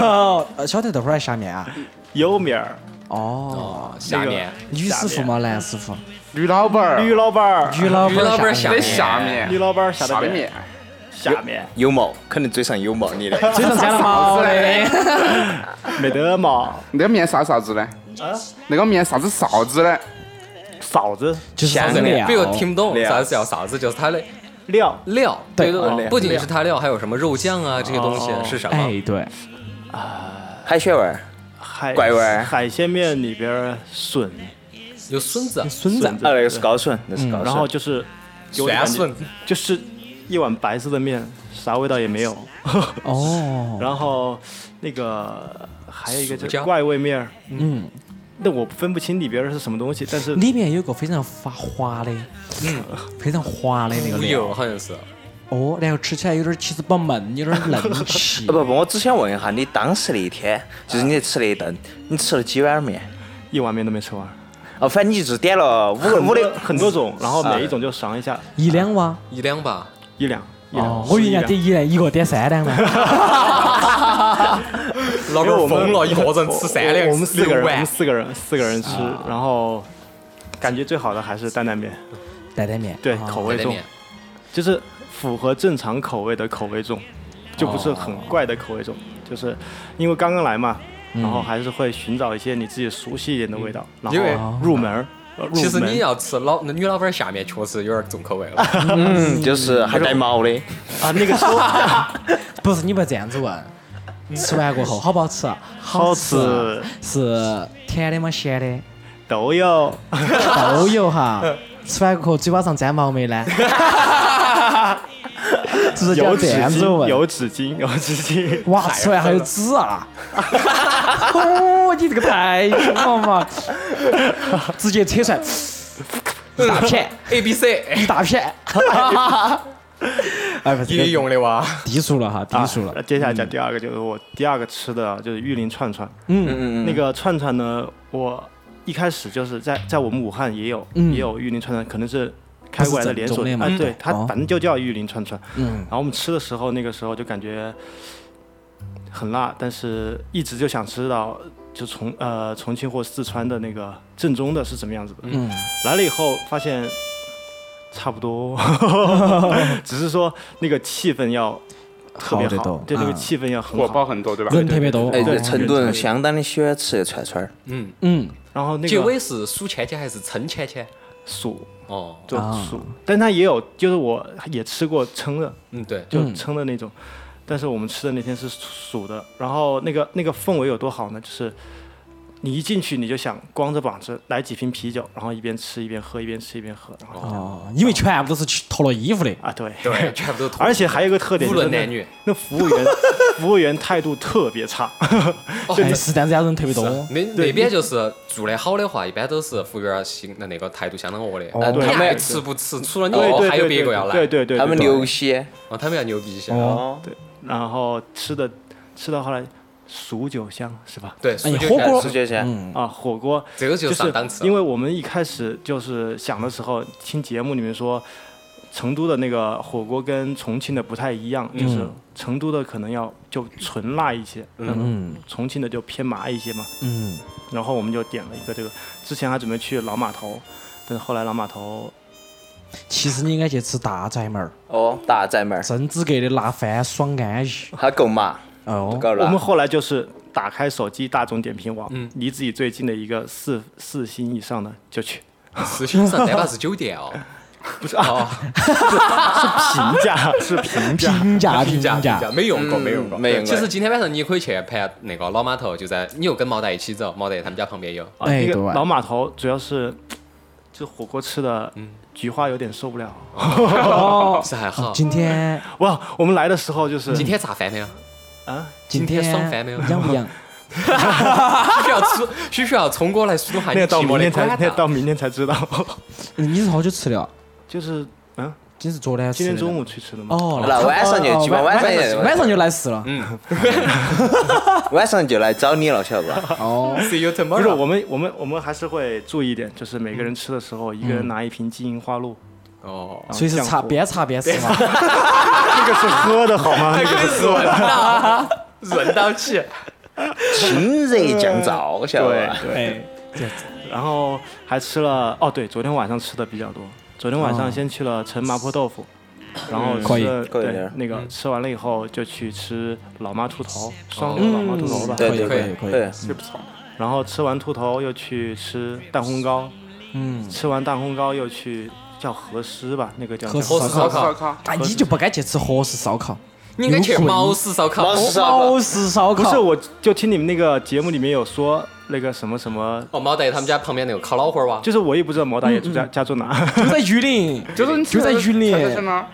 Speaker 3: 哦，呃小谭豆花儿下面啊？
Speaker 7: 有米儿、
Speaker 3: 哦，
Speaker 4: 下面
Speaker 3: 女师傅嘛，男师傅？
Speaker 5: 吕老板儿
Speaker 7: 吕啊老板儿、
Speaker 3: 女老
Speaker 4: 于老板
Speaker 3: 儿
Speaker 4: 儿
Speaker 3: 下
Speaker 4: 下
Speaker 5: 在
Speaker 3: 面
Speaker 4: 面。
Speaker 5: 下面，
Speaker 7: 吕老板儿下
Speaker 5: 下
Speaker 7: 的
Speaker 5: 面，
Speaker 7: 下面
Speaker 1: 有毛，肯定嘴上有毛，你的
Speaker 3: 嘴上沾了毛的。
Speaker 7: 没得毛，
Speaker 5: 那个面啥啥子呢？那个面啥子臊子呢？
Speaker 7: 嫂子
Speaker 3: 就是啥
Speaker 4: 啥
Speaker 3: 子
Speaker 4: 子
Speaker 3: 料？
Speaker 4: 比如听不懂
Speaker 1: 料
Speaker 4: 啥子叫啥子，就是它的
Speaker 7: 料
Speaker 4: 料，
Speaker 3: 对
Speaker 4: 的
Speaker 1: 哦料
Speaker 4: 不仅是它料，还有什么肉酱啊这些东西
Speaker 7: 哦
Speaker 4: 是什么？
Speaker 3: 哎，对，
Speaker 1: 海鲜味儿，
Speaker 7: 海
Speaker 1: 拐弯
Speaker 7: 海鲜面里边儿笋，
Speaker 4: 有笋子，
Speaker 3: 孙子
Speaker 7: 笋子
Speaker 1: 啊，那个是高笋，那是高哦笋。
Speaker 7: 嗯然后就是有点
Speaker 4: 酸
Speaker 7: 感觉
Speaker 4: 笋，
Speaker 7: 就是一碗白色的面，啥味道也没有。
Speaker 3: 哦，
Speaker 7: 然后那个还有一个
Speaker 4: 薯
Speaker 7: 叫
Speaker 4: 条
Speaker 7: 怪味面儿，
Speaker 3: 嗯，
Speaker 7: 那我分不清里边儿是什么东西，但是
Speaker 3: 里面有个非常发滑的，
Speaker 7: 嗯
Speaker 3: 非常滑的那个
Speaker 7: 哎
Speaker 4: 无
Speaker 3: 料
Speaker 4: 油，好像是。
Speaker 3: 哦，然后吃起来有点其实饱 闷，有点嫩气
Speaker 1: 啊。不不，我只想问一下，你当时那一天，就是你在吃那一顿，你吃了几碗面？
Speaker 7: 一碗面都没吃完，
Speaker 1: 哦，反正你就点了五个
Speaker 7: 很
Speaker 1: 五
Speaker 7: 多
Speaker 1: 的，
Speaker 7: 很多种，然后每一种就尝一下
Speaker 3: 一两哇，
Speaker 4: 一两吧，
Speaker 7: 一两一两
Speaker 3: 哦，，我
Speaker 7: 是
Speaker 3: 以为人家
Speaker 7: 两
Speaker 3: 点一两，一个点三两呢。
Speaker 4: 老板儿疯了，一个人吃三两，
Speaker 7: 我们四个人，我
Speaker 4: 碗
Speaker 7: 们，四个人，四个人吃，
Speaker 4: 啊
Speaker 7: 然后感觉最好的还是担担面，
Speaker 3: 担担面，
Speaker 7: 对，
Speaker 3: 啊
Speaker 7: 口味
Speaker 4: 担担
Speaker 7: 重，
Speaker 4: 面，
Speaker 7: 就是符合正常口味的口味重，就
Speaker 4: 哦
Speaker 7: 不是很怪的口味重，就是因为刚刚来嘛，
Speaker 4: 嗯
Speaker 7: 然后还是会寻找一些你自己熟悉一点的味道，然
Speaker 4: 因为
Speaker 7: 后入门儿。呃入
Speaker 4: 其实
Speaker 7: 门
Speaker 4: 你要吃老那女老板儿下面确实有点重口味了。
Speaker 1: 嗯，就是还带毛的，
Speaker 7: 啊，那个说
Speaker 3: 不是你不要这样子 问。吃完过后好不好吃啊？啊
Speaker 7: 好吃
Speaker 3: 是甜的吗？咸的？
Speaker 7: 都有，
Speaker 3: 都有哈。吃完过后嘴巴上沾毛没呢？是不是
Speaker 7: 有
Speaker 3: 要
Speaker 7: 纸
Speaker 3: 这样子
Speaker 7: 巾，
Speaker 3: 问？
Speaker 7: 有纸巾，有纸巾。
Speaker 3: 哇，吃完还有纸啊！哦，你这个太凶了嘛！直接扯出来，一大片，
Speaker 4: A B C，
Speaker 3: 一大片。哎，不
Speaker 4: 也
Speaker 3: 是，
Speaker 4: 用的哇，
Speaker 3: 低俗了哈，低俗了
Speaker 7: 啊。接下来讲第二个，就是我第二个吃的就是玉林串串。
Speaker 3: 嗯
Speaker 7: 那个串串呢，我一开始就是在在我们武汉也有、
Speaker 3: 嗯
Speaker 7: 也有玉林串串，可能是开过来的连锁
Speaker 3: 它是正宗的
Speaker 7: 店
Speaker 3: 吗
Speaker 7: 啊，对，它
Speaker 3: 哦
Speaker 7: 反正就叫玉林串串。
Speaker 3: 嗯
Speaker 7: 然后我们吃的时候，那个时候就感觉很辣，但是一直就想吃到就重呃重庆或四川的那个正宗的是怎么样子的。
Speaker 3: 嗯，
Speaker 7: 来了以后发现差 不多，只是说那个气氛要特别
Speaker 3: 好得
Speaker 7: 好
Speaker 3: 多，
Speaker 7: 对那个
Speaker 3: 嗯
Speaker 7: 气氛要很
Speaker 5: 火
Speaker 7: 好。
Speaker 5: 爆很多对吧？
Speaker 3: 人特别多。
Speaker 1: 哎，
Speaker 3: 哦
Speaker 1: 对，成都人相当的喜欢吃串串儿，
Speaker 4: 嗯，
Speaker 3: 嗯，
Speaker 7: 然后那
Speaker 4: 结
Speaker 7: 个
Speaker 4: 尾是数芊芊还是称芊芊？
Speaker 7: 薯
Speaker 4: 哦，
Speaker 7: 就
Speaker 3: 啊
Speaker 7: 薯，但它也有，就是我也吃过撑的，
Speaker 4: 嗯，对，
Speaker 7: 就
Speaker 3: 嗯
Speaker 7: 撑的那种。但是我们吃的那天是薯的，然后那个那个氛围有多好呢？就是你一进去你就想光着膀子来几瓶啤酒，然后一边吃一边喝，一边吃一边喝，然后
Speaker 3: 哦，因为全部都是去脱了衣服的。
Speaker 7: 啊对，
Speaker 4: 对，全部都同
Speaker 7: 而且还有一个特点，
Speaker 4: 无
Speaker 7: 就是
Speaker 4: 论
Speaker 7: 那
Speaker 4: 男女，
Speaker 7: 那服务员 服务员态度特别差，
Speaker 3: 哎，是这样子，人特别多。
Speaker 4: 那那边就是做得好的话，一般都是服务员儿心那那个态度相当恶
Speaker 7: 哦
Speaker 4: 劣，
Speaker 1: 对
Speaker 4: 他
Speaker 1: 他们
Speaker 4: 们吃不吃，除了你
Speaker 7: 对对对，
Speaker 4: 哦还有别
Speaker 7: 对
Speaker 4: 个要来，
Speaker 7: 对对对，对
Speaker 1: 他们
Speaker 7: 对
Speaker 1: 牛血
Speaker 4: 哦，他们要牛逼一些。
Speaker 1: 哦，
Speaker 7: 然后吃的吃到后来数九香是吧？
Speaker 4: 对，
Speaker 3: 哎
Speaker 4: 所以就
Speaker 3: 火
Speaker 4: 感
Speaker 3: 锅
Speaker 1: 是这些，
Speaker 7: 啊，火锅
Speaker 4: 这个就
Speaker 7: 就是
Speaker 4: 上
Speaker 7: 是
Speaker 4: 档次了，
Speaker 7: 因为我们一开始就是想的时候，听节目里面说，成都的那个火锅跟重庆的不太
Speaker 4: 嗯
Speaker 7: 一样，就是成都的可能要就纯辣一些，嗯，重庆的就偏麻一些嘛。
Speaker 3: 嗯，
Speaker 7: 然后我们就点了一个这个，之前还准备去老码头，但是后来老码头
Speaker 3: 其实你应该去吃大宅门儿，
Speaker 1: 哦，大宅门儿，
Speaker 3: 正资格的辣翻爽安逸。
Speaker 1: 它够麻，
Speaker 3: 哦，
Speaker 1: 够
Speaker 7: 我
Speaker 1: 辣
Speaker 7: 们。后来就是打开手机大众点评网，
Speaker 4: 嗯
Speaker 7: 离自己最近的一个四四星以上的就去。
Speaker 4: 四星上三八是酒店哦，
Speaker 7: 不是啊，是评价，是评价。
Speaker 3: 评价评
Speaker 4: 评价
Speaker 3: 价，
Speaker 4: 没用过，没用过，
Speaker 1: 嗯没用过
Speaker 4: 其实今天晚上你也可以去盘那个老码头，就在你又跟毛蛋一起走，毛蛋他们家旁边有。
Speaker 7: 啊
Speaker 3: 哎
Speaker 7: 那个
Speaker 3: 对
Speaker 7: 老码头主要是，就火锅吃的菊花有点受不了。
Speaker 4: 是还
Speaker 7: 哦
Speaker 4: 好。
Speaker 3: 今天
Speaker 7: 哇，我们来的时候就是
Speaker 4: 今天咋翻的呀？
Speaker 7: 啊，
Speaker 3: 今
Speaker 4: 今天爽翻没有
Speaker 3: 养不养？
Speaker 4: 需不需要出，需不需要冲过来舒下
Speaker 7: 那
Speaker 4: 你
Speaker 7: 个到
Speaker 4: 寂寞
Speaker 7: 明
Speaker 4: 的
Speaker 7: 天才，
Speaker 4: 瓜
Speaker 7: 那个到明天才知道，
Speaker 3: 你是好久吃的啊？
Speaker 7: 就是嗯，
Speaker 3: 今天是昨天吃
Speaker 7: 今
Speaker 3: 的
Speaker 7: 天中午去吃的嘛。
Speaker 3: 哦，
Speaker 1: 那晚上就
Speaker 3: 哦
Speaker 1: 基本晚上也
Speaker 3: 晚上就来事了。
Speaker 1: 晚上就来找你了，晓得吧？
Speaker 3: 哦，
Speaker 4: See you
Speaker 7: 不是，
Speaker 4: tomorrow。
Speaker 7: 我们我们我们还是会注意一点，就是每个人吃的时候，一个人拿一瓶金银花露，
Speaker 4: 哦，
Speaker 7: 然后
Speaker 3: 所以是
Speaker 7: 酱
Speaker 3: 擦
Speaker 7: 火
Speaker 3: 边擦边吃嘛。
Speaker 7: 那个是喝的好吗？那个是
Speaker 4: 润到润到起，
Speaker 1: 清热降燥，晓得
Speaker 7: 对
Speaker 1: 吧？
Speaker 7: 对，
Speaker 3: 哎，
Speaker 7: 然后还吃了哦，对，昨天晚上吃的比较多。昨天晚上先去了陈麻婆豆腐，然后
Speaker 3: 可以
Speaker 7: 吃了
Speaker 1: 可以
Speaker 7: 对
Speaker 1: 的
Speaker 7: 那个吃完了以后就去吃老妈兔头，双流老妈兔头吧。
Speaker 1: 嗯对
Speaker 3: 可以
Speaker 1: 对
Speaker 3: 可
Speaker 4: 可
Speaker 3: 以
Speaker 4: 以
Speaker 3: 可以
Speaker 1: 对。
Speaker 5: 这不错。
Speaker 7: 然后吃完兔头又去吃蛋烘糕，
Speaker 3: 嗯，
Speaker 7: 吃完蛋烘糕又去叫河师吧，那个叫
Speaker 3: 河师
Speaker 4: 火式烧
Speaker 5: 烧
Speaker 4: 烤，
Speaker 5: 烤，
Speaker 3: 但你就不该去吃河式烧烤，
Speaker 4: 你应该去毛氏烧烤。
Speaker 1: 毛氏烧烤
Speaker 3: 毛氏烧烤
Speaker 7: 不是，我就听你们那个节目里面有说那个什么什么，
Speaker 4: 哦，毛蛋他们家旁边那个烤老花儿哇，
Speaker 7: 就是我也不知道毛大爷住家家住哪，
Speaker 3: 就在榆林，
Speaker 5: 就是你
Speaker 3: 就在榆林。
Speaker 5: 在吗？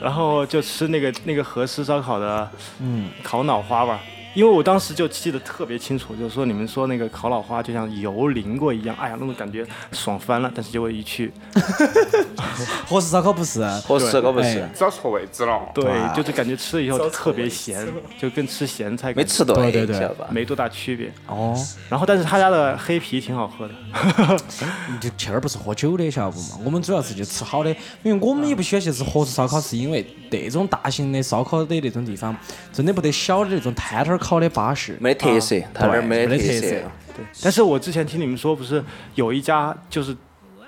Speaker 7: 然后就吃那个那个河师烧烤的
Speaker 3: 嗯，
Speaker 7: 烤脑花吧，因为我当时就记得特别清楚，就是说你们说那个烤脑花就像油淋过一样，哎呀，那种感觉爽翻了。但是结果一去，
Speaker 3: 河式烧烤不是，
Speaker 1: 我是我不是
Speaker 3: 哎，
Speaker 5: 找错位置了。
Speaker 7: 对
Speaker 3: 哇，
Speaker 7: 就是感觉吃了以后就特别咸，就跟吃咸菜
Speaker 1: 没吃对哎
Speaker 3: 对对，对
Speaker 1: 晓得吧？
Speaker 7: 没多大区别。
Speaker 3: 哦，
Speaker 7: 然后，但是他家的黑啤挺好喝的，
Speaker 3: 你就去那儿不是喝酒的，晓得不嘛？我们主要是去吃好的，因为我们也不喜欢去吃火式烧烤，是因为那种大型的烧烤的那种地方，真的不得小的那种摊摊儿烤的巴适。
Speaker 1: 没特色，他那儿没
Speaker 3: 啊没
Speaker 1: 特
Speaker 3: 得特色
Speaker 1: 色。
Speaker 7: 对。但是我之前听你们说，不是有一家就是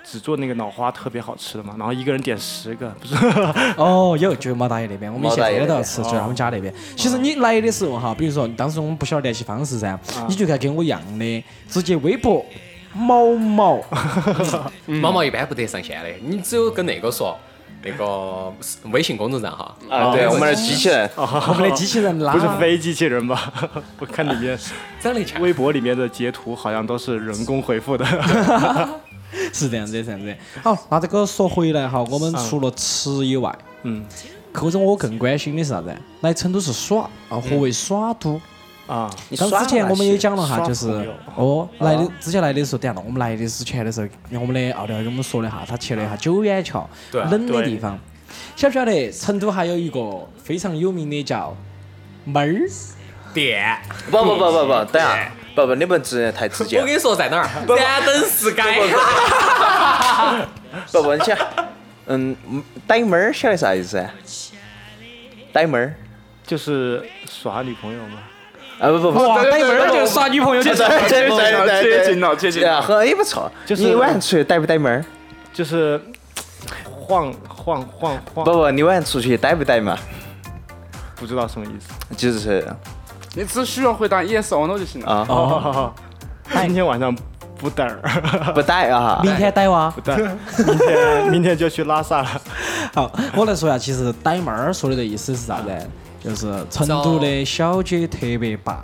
Speaker 7: 只做那个脑花特别好吃的嘛，然后一个人点十个，不是？
Speaker 3: 哦，有，就是毛大爷那边，我们以
Speaker 1: 毛大
Speaker 3: 前
Speaker 1: 爷
Speaker 3: 天
Speaker 1: 那边
Speaker 3: 都要吃，就是他们家那边。其实你来的时候哈，比如说当时我们不晓得联系方式噻，你就看跟我一样的，直接微博毛毛，
Speaker 4: 毛毛一般不得上线的，你只有跟那个说。那个微信公众账号，
Speaker 1: 啊，对，我们的机器人，
Speaker 3: 我们的机器人拉
Speaker 7: 不是非机器人吧？ 我看里面
Speaker 4: 长得强，
Speaker 7: 微博里面的截图好像都是人工回复的。
Speaker 3: 是这样子的，这样子的。好，那这个说回来哈，我们除了吃以外，
Speaker 7: 嗯
Speaker 3: 寇总我更关心的是啥子？来成都是耍啊，何为耍都？
Speaker 7: 啊，
Speaker 1: 你
Speaker 3: 刚
Speaker 1: 耍
Speaker 3: 之前
Speaker 1: 了
Speaker 3: 我们
Speaker 1: 那些
Speaker 3: 也讲了哈，
Speaker 7: 耍
Speaker 3: 就是
Speaker 7: 朋友
Speaker 3: 哦，来的之前来的时候，等一下我们来哦的之前的时候，我们的奥利奥给我们说了哈，他去了一下九眼桥
Speaker 4: 对
Speaker 3: 冷的
Speaker 7: 对
Speaker 3: 地方。晓不晓得成都还有一个非常有名的叫妹儿？
Speaker 4: 点。
Speaker 1: 不不不不不，等一下，不不，你们直接太直接
Speaker 4: 我
Speaker 1: 了
Speaker 4: 跟。你说在哪儿？燃灯市街。
Speaker 1: 不不，你想，嗯，逮妹儿晓得啥意思啊？逮妹儿
Speaker 7: 就是耍女朋友嘛。
Speaker 1: 啊，不不不，
Speaker 3: 哇，
Speaker 5: 对
Speaker 3: 逮妹儿
Speaker 5: 对
Speaker 3: 就
Speaker 5: 对
Speaker 3: 是耍女朋友，就是
Speaker 1: 对对对对对
Speaker 5: 接近了，接近
Speaker 1: 对啊，
Speaker 5: 了。
Speaker 1: 很也不错。
Speaker 7: 就是
Speaker 1: 你晚上出去逮不逮妹儿？
Speaker 7: 就是晃晃晃
Speaker 1: 不
Speaker 7: 晃，
Speaker 1: 不，你晚上出去逮不逮嘛？
Speaker 7: 不知道什么意思。
Speaker 1: 就是
Speaker 5: 你只需要回答 yes or no 就行了。
Speaker 1: 啊，
Speaker 7: 哦，今天晚上不等儿，
Speaker 1: 不逮啊。
Speaker 3: 明天逮哇。
Speaker 7: 不等儿，明天明天就去拉萨了。
Speaker 3: 好，我来说一下，其实逮妹儿说的这意思是啥
Speaker 1: 啊
Speaker 3: 子？就是成都的小姐特别棒。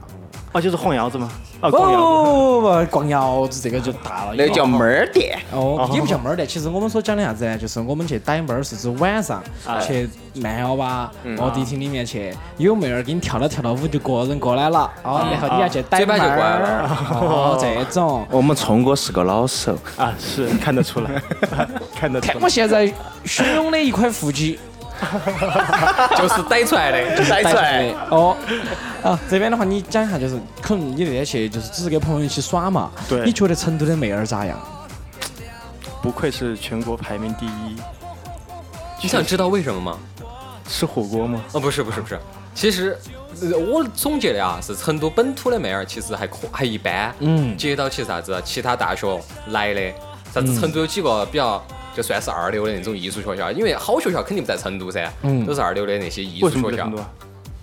Speaker 7: 哦，就是晃窑子嘛。啊，
Speaker 3: 不
Speaker 7: 逛窑子。
Speaker 3: 不不不，逛窑子这个就大了，
Speaker 1: 哦那个叫啊妹儿店，
Speaker 3: 哦，也不叫妹儿的。其实我们所讲的啥子呢？就是我们去逮妹儿是指晚上
Speaker 1: 啊
Speaker 3: 去慢摇吧，
Speaker 1: 嗯
Speaker 3: 哦，迪厅里面去，有妹儿给你跳了跳了舞就个人过来了，哦，
Speaker 1: 嗯
Speaker 3: 然后你要去
Speaker 1: 啊
Speaker 3: 逮
Speaker 4: 嘴
Speaker 3: 妹
Speaker 4: 巴就关
Speaker 3: 儿
Speaker 4: 了，
Speaker 3: 哦，这种。
Speaker 1: 我们聪哥是个老手，
Speaker 7: 啊，是看得出来，看得
Speaker 3: 看
Speaker 7: 出
Speaker 3: 我
Speaker 7: 来。
Speaker 3: 现在汹涌的一块腹肌，
Speaker 4: 就是逮出来的。
Speaker 1: 逮
Speaker 3: 逮出来的。哦，啊，这边的话你讲一下，就是可能你那天去就是只是跟朋友一起耍嘛，
Speaker 7: 对
Speaker 3: 你觉得成都的妹儿咋样？
Speaker 4: 啊
Speaker 7: 不愧是全国排名第一，
Speaker 4: 你想知道为什么吗？
Speaker 7: 吃火锅吗？
Speaker 4: 哦，不是不是不是，其实、呃我总结的啊，是成都本土的妹儿其实还可还一般，
Speaker 3: 嗯
Speaker 4: 接到起啥子其他大学来的，啥子成都有几个比较。就算是二流的那种艺术学校，因为好学校肯定不在成都噻，
Speaker 3: 嗯
Speaker 4: 都是二流的那些艺术
Speaker 7: 为什么
Speaker 4: 学
Speaker 7: 不是
Speaker 4: 校
Speaker 7: 成都。啊？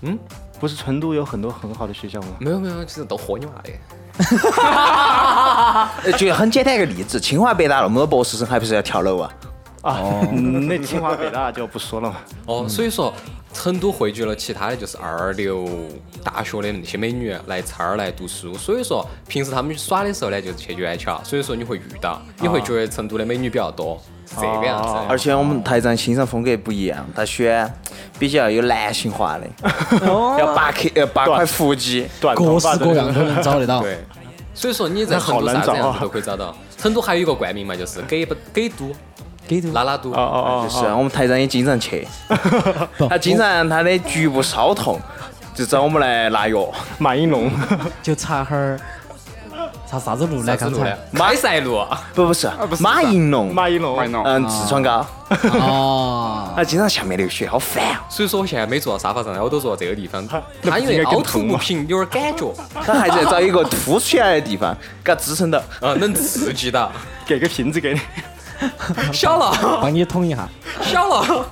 Speaker 4: 嗯，
Speaker 7: 不是成都有很多很好的学校吗？
Speaker 4: 没有没有，就是都豁你妈的，
Speaker 1: 呃举个很简单一个例子，清华北大那么多博士生还不是要跳楼啊？
Speaker 7: 啊，嗯那清华北大就不说了嘛。
Speaker 4: 哦，所以说成都汇聚了其他的就是二流大学的那些美女来这儿来读书，所以说平时她们耍的时候呢，就是去远桥，所以说你会遇到，你会觉得成都的美女比较多，是这个样子的。
Speaker 1: 而且我
Speaker 7: 哦
Speaker 1: 们台长欣赏风格不一样，他喜欢比较有男性化的，
Speaker 5: 哦
Speaker 1: 要八 K 呃八块腹肌，
Speaker 7: 短头
Speaker 3: 各
Speaker 7: 发
Speaker 3: 式
Speaker 7: 的
Speaker 3: 各样都能找得到。
Speaker 4: 对，所以说你在成
Speaker 7: 好
Speaker 4: 都
Speaker 7: 难
Speaker 4: 啥子
Speaker 7: 找
Speaker 4: 样
Speaker 7: 啊
Speaker 4: 子都可以找到。成都还有一个冠名嘛，就是给不给都
Speaker 3: 给都
Speaker 4: 拉拉都
Speaker 7: 哦。哦
Speaker 1: 啊就
Speaker 7: 哦
Speaker 1: 是我们台长也经常去，他经常他的局部烧痛，就找我们来拿药。
Speaker 7: 哦，马应龙，
Speaker 3: 就查哈儿，查啥子路呢？
Speaker 4: 啥
Speaker 3: 哎
Speaker 4: 子
Speaker 3: 刚
Speaker 4: 路
Speaker 3: 才
Speaker 4: 呢？开塞露，
Speaker 1: 不不是
Speaker 5: 啊不是
Speaker 1: 马应龙，
Speaker 7: 马应龙，
Speaker 5: 欢迎侬。
Speaker 1: 嗯，痔疮膏，
Speaker 3: 哦，
Speaker 1: 他经常下面流血，好烦哦。
Speaker 4: 所以说我现在没坐到沙发上，我都坐到这个地方。
Speaker 7: 那
Speaker 4: 他因
Speaker 7: 不应
Speaker 4: 为
Speaker 7: 该
Speaker 4: 凹
Speaker 7: 更
Speaker 4: 凸
Speaker 7: 疼
Speaker 4: 不
Speaker 7: 吗
Speaker 4: 平，有点感觉，
Speaker 1: 他还在找一个凸起来的地方给他支撑到。
Speaker 4: 啊，能刺激到。
Speaker 7: 给个瓶子给你。
Speaker 4: 小了，
Speaker 3: 帮你捅一下。
Speaker 4: 小了，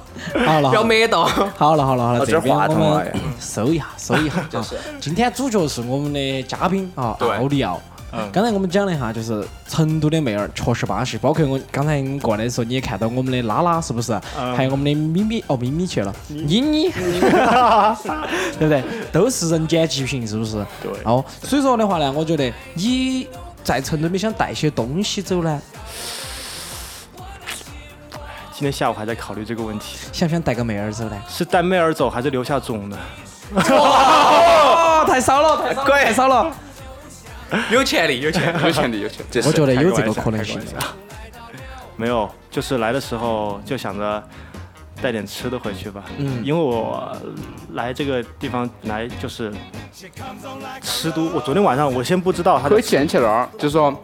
Speaker 3: 好了，
Speaker 4: 不要没到。
Speaker 3: 好了好了好了，
Speaker 1: 哦这儿
Speaker 3: 边
Speaker 1: 话
Speaker 3: 我
Speaker 1: 筒
Speaker 3: 们
Speaker 1: 哎
Speaker 3: 收一下收一下啊！今天主角是我们的嘉宾啊，
Speaker 4: 对
Speaker 3: 奥利奥。刚才我们讲了一下，就是成都的妹儿确实巴适，包括我刚才我们过来的时候，你也看到我们的拉拉是不是？还有我们的咪咪哦，咪咪去了，妮妮，对不对？都是人间极品，是不是？
Speaker 7: 对
Speaker 3: 哦，所以说的话呢，我觉得你在成都，你想带些东西走呢？
Speaker 7: 今天下午还在考虑这个问题，
Speaker 3: 想不想带个妹儿走呢？
Speaker 7: 是带妹儿走还是留下种呢？
Speaker 3: 哦，太少了，太少了，太少了。
Speaker 4: 有潜力，有潜力。
Speaker 5: 有钱的，有钱的。
Speaker 3: 我觉得有这个
Speaker 7: 开玩笑
Speaker 3: 可能性的。
Speaker 7: 没有，就是来的时候就想着带点吃的回去吧。
Speaker 3: 嗯
Speaker 7: 因为我来这个地方本来就是吃都，我昨天晚上我先不知道他
Speaker 5: 可
Speaker 7: 的
Speaker 5: 以建起那儿，就说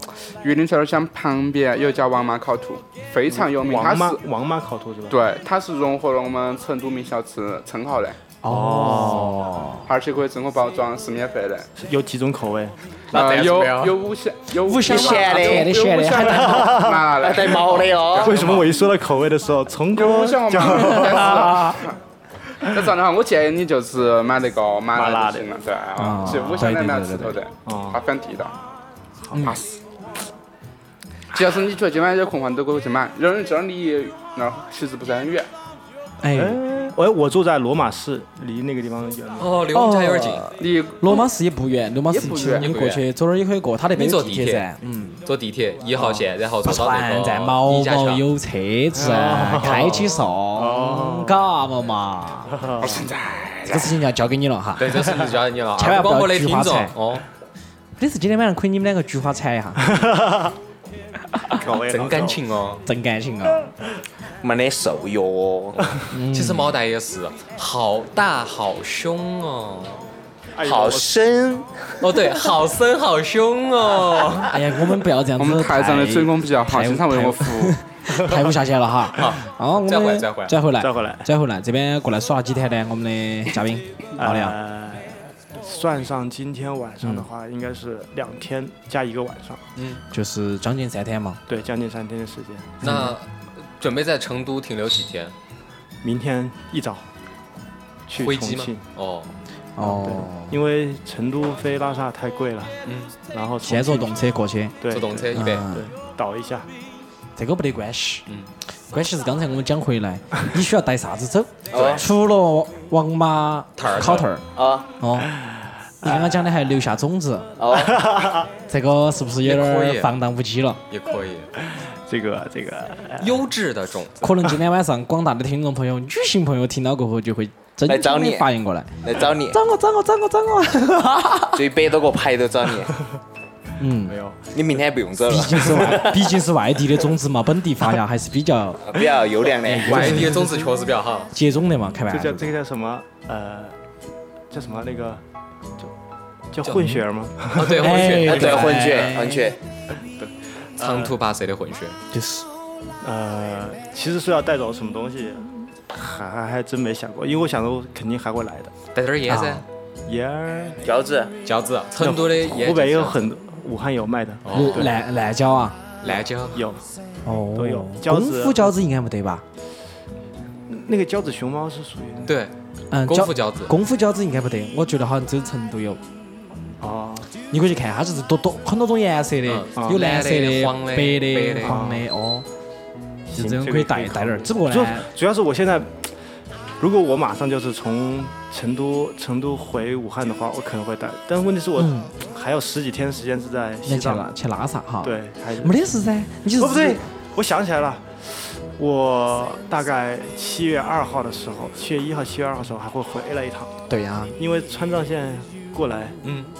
Speaker 5: 榆林桥巷旁边有一家王妈烤兔，非常有名。它
Speaker 7: 王妈
Speaker 5: 是
Speaker 7: 王妈烤兔是吧？
Speaker 5: 对，它是融合了我们成都名小吃称号的，
Speaker 3: 哦，
Speaker 5: 而且可以自我包装，是免费的。
Speaker 7: 有几种口味？
Speaker 5: 呃，
Speaker 4: 暂时
Speaker 5: 有
Speaker 4: 没有
Speaker 5: 有五香，有
Speaker 3: 五香
Speaker 1: 咸的
Speaker 3: 甜的
Speaker 5: 有
Speaker 3: 咸
Speaker 5: 五
Speaker 3: 的
Speaker 5: 香
Speaker 3: 还
Speaker 5: 的，拿来
Speaker 1: 带毛的哦。
Speaker 7: 为什么我一说到口味的时候，
Speaker 5: 有
Speaker 7: 从头
Speaker 5: 五香我
Speaker 7: 讲
Speaker 5: 们。那这样的话，我建议你就是买那个麻辣就行了，对啊，
Speaker 3: 啊
Speaker 5: 其实五香的
Speaker 3: 对对
Speaker 5: 蛮
Speaker 3: 对
Speaker 5: 吃
Speaker 3: 对啊
Speaker 5: 头的，啊
Speaker 7: 哦
Speaker 5: 它很地道，好巴适。只要是你觉得今晚有空的话，你都可以去买。然后这儿离那儿其实不是很远，
Speaker 3: 哎，
Speaker 7: 哎，我我住在罗马市，离那个地方远吗？
Speaker 4: 哦，离我们家有点近，
Speaker 5: 离
Speaker 3: 罗马市也不远，罗马市
Speaker 5: 也不
Speaker 3: 其实
Speaker 5: 远
Speaker 3: 你过去走哪儿也可以过，它那边
Speaker 4: 你坐
Speaker 3: 有地
Speaker 4: 地
Speaker 3: 铁
Speaker 4: 铁
Speaker 3: 站，嗯，
Speaker 4: 坐地铁一号线，然后坐到那
Speaker 3: 船
Speaker 4: 个
Speaker 3: 站毛
Speaker 4: 李家
Speaker 3: 毛
Speaker 4: 桥。
Speaker 3: 有车子，啊
Speaker 4: 哦
Speaker 3: 开起送，嘎嘛嘛，
Speaker 5: 到现在。
Speaker 3: 这个事情就要交给你了哈。
Speaker 4: 哦对，这是你交给你了。
Speaker 3: 千万不要
Speaker 4: 广播的听
Speaker 3: 菊花
Speaker 4: 众
Speaker 3: 菜
Speaker 4: 哦，
Speaker 3: 你是今天晚上可以你们两个菊花缠一下，
Speaker 7: 口味
Speaker 4: 真感。情哦。
Speaker 3: 真感情啊！
Speaker 1: 没得瘦哦哟，
Speaker 4: 其实毛蛋也是，好大好凶哦。
Speaker 7: 哎呦
Speaker 1: 好深，
Speaker 4: 哦，对，好深好凶哦。
Speaker 3: 哎呀，我们不要这样
Speaker 5: 我
Speaker 3: 子太，
Speaker 5: 们台长的嘴功比较好，
Speaker 3: 太
Speaker 5: 经常为我服务。
Speaker 3: 太不下线了 哈。好，我们
Speaker 4: 转回来转回来
Speaker 3: 转回来，
Speaker 7: 转回来
Speaker 3: 转回来，这边过来耍了几天呢？我们的嘉宾
Speaker 4: 啊
Speaker 3: 奥利奥，
Speaker 7: 呃，算上今天晚上的话，应该是两天加一个晚上，
Speaker 3: 就是将近三天嘛。
Speaker 7: 对，将近三天的时间。
Speaker 4: 那准备在成都停留几天？
Speaker 7: 明天一早去
Speaker 4: 飞
Speaker 7: 重
Speaker 4: 机吗
Speaker 7: 庆，？
Speaker 4: 哦，
Speaker 3: 哦，
Speaker 7: 因为成都飞拉萨太贵了，
Speaker 4: 嗯，
Speaker 7: 然后重庆
Speaker 3: 先坐动车过去，
Speaker 7: 对
Speaker 4: 坐动车
Speaker 7: 对
Speaker 4: 一百。
Speaker 3: 嗯
Speaker 7: 对倒一下。
Speaker 3: 这个没得关系，
Speaker 4: 嗯，
Speaker 3: 关系是刚才我们讲回来， 你需要带啥子走？
Speaker 1: 对
Speaker 3: 除了王麻
Speaker 4: 摊哦儿
Speaker 3: 烤兔儿，
Speaker 1: 啊
Speaker 3: 哦，你刚刚讲的还留下种子，
Speaker 1: 哦，
Speaker 3: 这个是不是有点
Speaker 4: 也可以
Speaker 3: 儿放荡不羁了？
Speaker 4: 也可以。
Speaker 7: 这个这个呃
Speaker 4: 优质的种子，
Speaker 3: 可能今天晚上广大的听众朋友、女性朋友听到过后就会真
Speaker 4: 哎
Speaker 1: 来找
Speaker 3: 正
Speaker 1: 你
Speaker 3: 的反应过来，
Speaker 1: 来找你，
Speaker 3: 找我，找我，找我，找我。
Speaker 1: 这一百多个牌都找你，
Speaker 3: 嗯
Speaker 7: 没，有，
Speaker 1: 你明天不用走
Speaker 3: 毕
Speaker 1: 了，
Speaker 3: 竟是 外，毕竟是外地的种子嘛，本地发芽还是比较
Speaker 1: 比较优良 的。
Speaker 4: 外地的种子确实比较好。
Speaker 3: 接种的嘛，开玩
Speaker 7: 这
Speaker 3: 笑
Speaker 7: 叫。这个叫什么？呃，叫什么那个？叫叫混血儿吗？
Speaker 4: 哦，对，混
Speaker 3: 哎
Speaker 4: 血，
Speaker 1: 对，混血，混血，
Speaker 4: 长途跋涉的混血。
Speaker 3: 就是
Speaker 7: 呃，其实是要带走什么东西，还还还真没想过，因为我想着我肯定还会来的。
Speaker 4: 带点儿烟噻，
Speaker 7: 耶儿，
Speaker 1: 饺子，
Speaker 4: 饺子，成都的烟，
Speaker 7: 湖北有很，武汉有卖的，
Speaker 4: 哦
Speaker 3: 烂烂椒啊，
Speaker 4: 辣椒，
Speaker 7: 有
Speaker 3: 哦，
Speaker 7: 都有
Speaker 3: 功
Speaker 7: 饺子
Speaker 3: 夫饺子应该没得吧？
Speaker 7: 那个胶子熊猫是属于那个
Speaker 4: 对，
Speaker 3: 嗯，
Speaker 4: 功夫饺子
Speaker 3: 功夫饺子应该不得，我觉得好像只有成都有。
Speaker 7: 哦，
Speaker 3: 你可以去看，它就是多多很多种颜色的，
Speaker 4: 嗯
Speaker 3: 有蓝色
Speaker 4: 蓝的
Speaker 3: 的、
Speaker 4: 黄的
Speaker 3: 白
Speaker 4: 白
Speaker 3: 的、
Speaker 4: 的
Speaker 3: 黄的，哦，就
Speaker 7: 心，
Speaker 3: 这种
Speaker 7: 这
Speaker 3: 可
Speaker 7: 个
Speaker 3: 以
Speaker 7: 可
Speaker 3: 带
Speaker 7: 以考
Speaker 3: 带点
Speaker 7: 虑
Speaker 3: 儿。只不过
Speaker 7: 主
Speaker 3: 呢，
Speaker 7: 主要是我现在，如果我马上就是从成都成都回武汉的话，我可能会带，但问题是我
Speaker 3: 嗯
Speaker 7: 还有十几天时间是在
Speaker 3: 你
Speaker 7: 西
Speaker 3: 去
Speaker 7: 藏
Speaker 3: 拉
Speaker 7: 的，
Speaker 3: 去拉萨哈，，
Speaker 7: 对，还是
Speaker 3: 没得事噻，你就是
Speaker 7: 哦不对，我想起来了。我大概七月二号的时候，七月一号、七月二号的时候还会回来一趟，
Speaker 3: 对呀，
Speaker 7: 因为川藏线过来，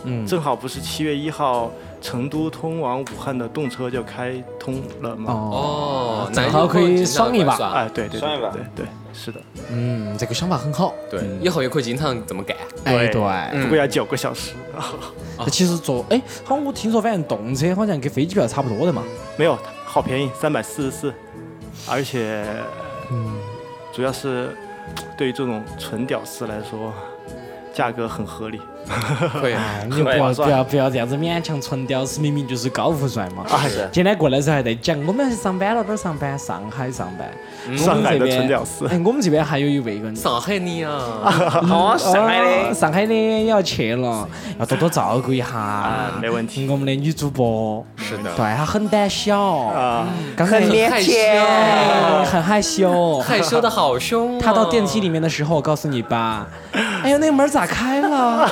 Speaker 3: 嗯，
Speaker 7: 正好不是七月一号成都通往武汉的动车就开通了吗？
Speaker 3: 哦，
Speaker 4: 哦，
Speaker 3: 正好可以爽一把
Speaker 4: 把。
Speaker 7: 哎，对对
Speaker 8: 算
Speaker 7: 对
Speaker 8: 一把
Speaker 7: 对对，是的，
Speaker 3: 嗯，这个想法很好，
Speaker 4: 对，以后也可以经常这 么干。
Speaker 3: 哎
Speaker 7: 对
Speaker 3: 对。
Speaker 4: 嗯
Speaker 7: 不过要九个小时，
Speaker 3: 那其实坐，哎，好，我听说反正动车好像跟飞机票差不多的嘛。
Speaker 7: 没有，好便宜，三百四十四，而且，嗯主要是对于这种纯屌丝来说，价格很合理。
Speaker 4: 可以，
Speaker 3: 你不要
Speaker 7: 划
Speaker 3: 不
Speaker 7: 算
Speaker 3: 要不要这样子勉强纯屌丝，明明就是高富帅嘛。
Speaker 1: 是
Speaker 3: 今天过来的时候还在讲，我们要去上班了，哪儿上班？上海上班。我
Speaker 7: 上
Speaker 3: 们
Speaker 7: 海
Speaker 3: 这
Speaker 7: 的纯
Speaker 3: 边，
Speaker 7: 屌丝
Speaker 3: 哎，我们这边还有一位一个人，
Speaker 4: 上海你啊，
Speaker 1: 哦，上海
Speaker 3: 哦
Speaker 1: 的，
Speaker 3: 上海的也要去了，要多多照顾一下。
Speaker 7: 没问题
Speaker 3: 我们的女主播是
Speaker 4: 的
Speaker 3: 对她很胆小，嗯
Speaker 7: 啊，
Speaker 3: 刚才
Speaker 1: 很腼
Speaker 4: 害羞
Speaker 1: 腆，
Speaker 3: 哎很害羞。
Speaker 4: 害羞的好凶啊。
Speaker 3: 她到电梯里面的时候，我告诉你吧，哎呦，那个门咋开了？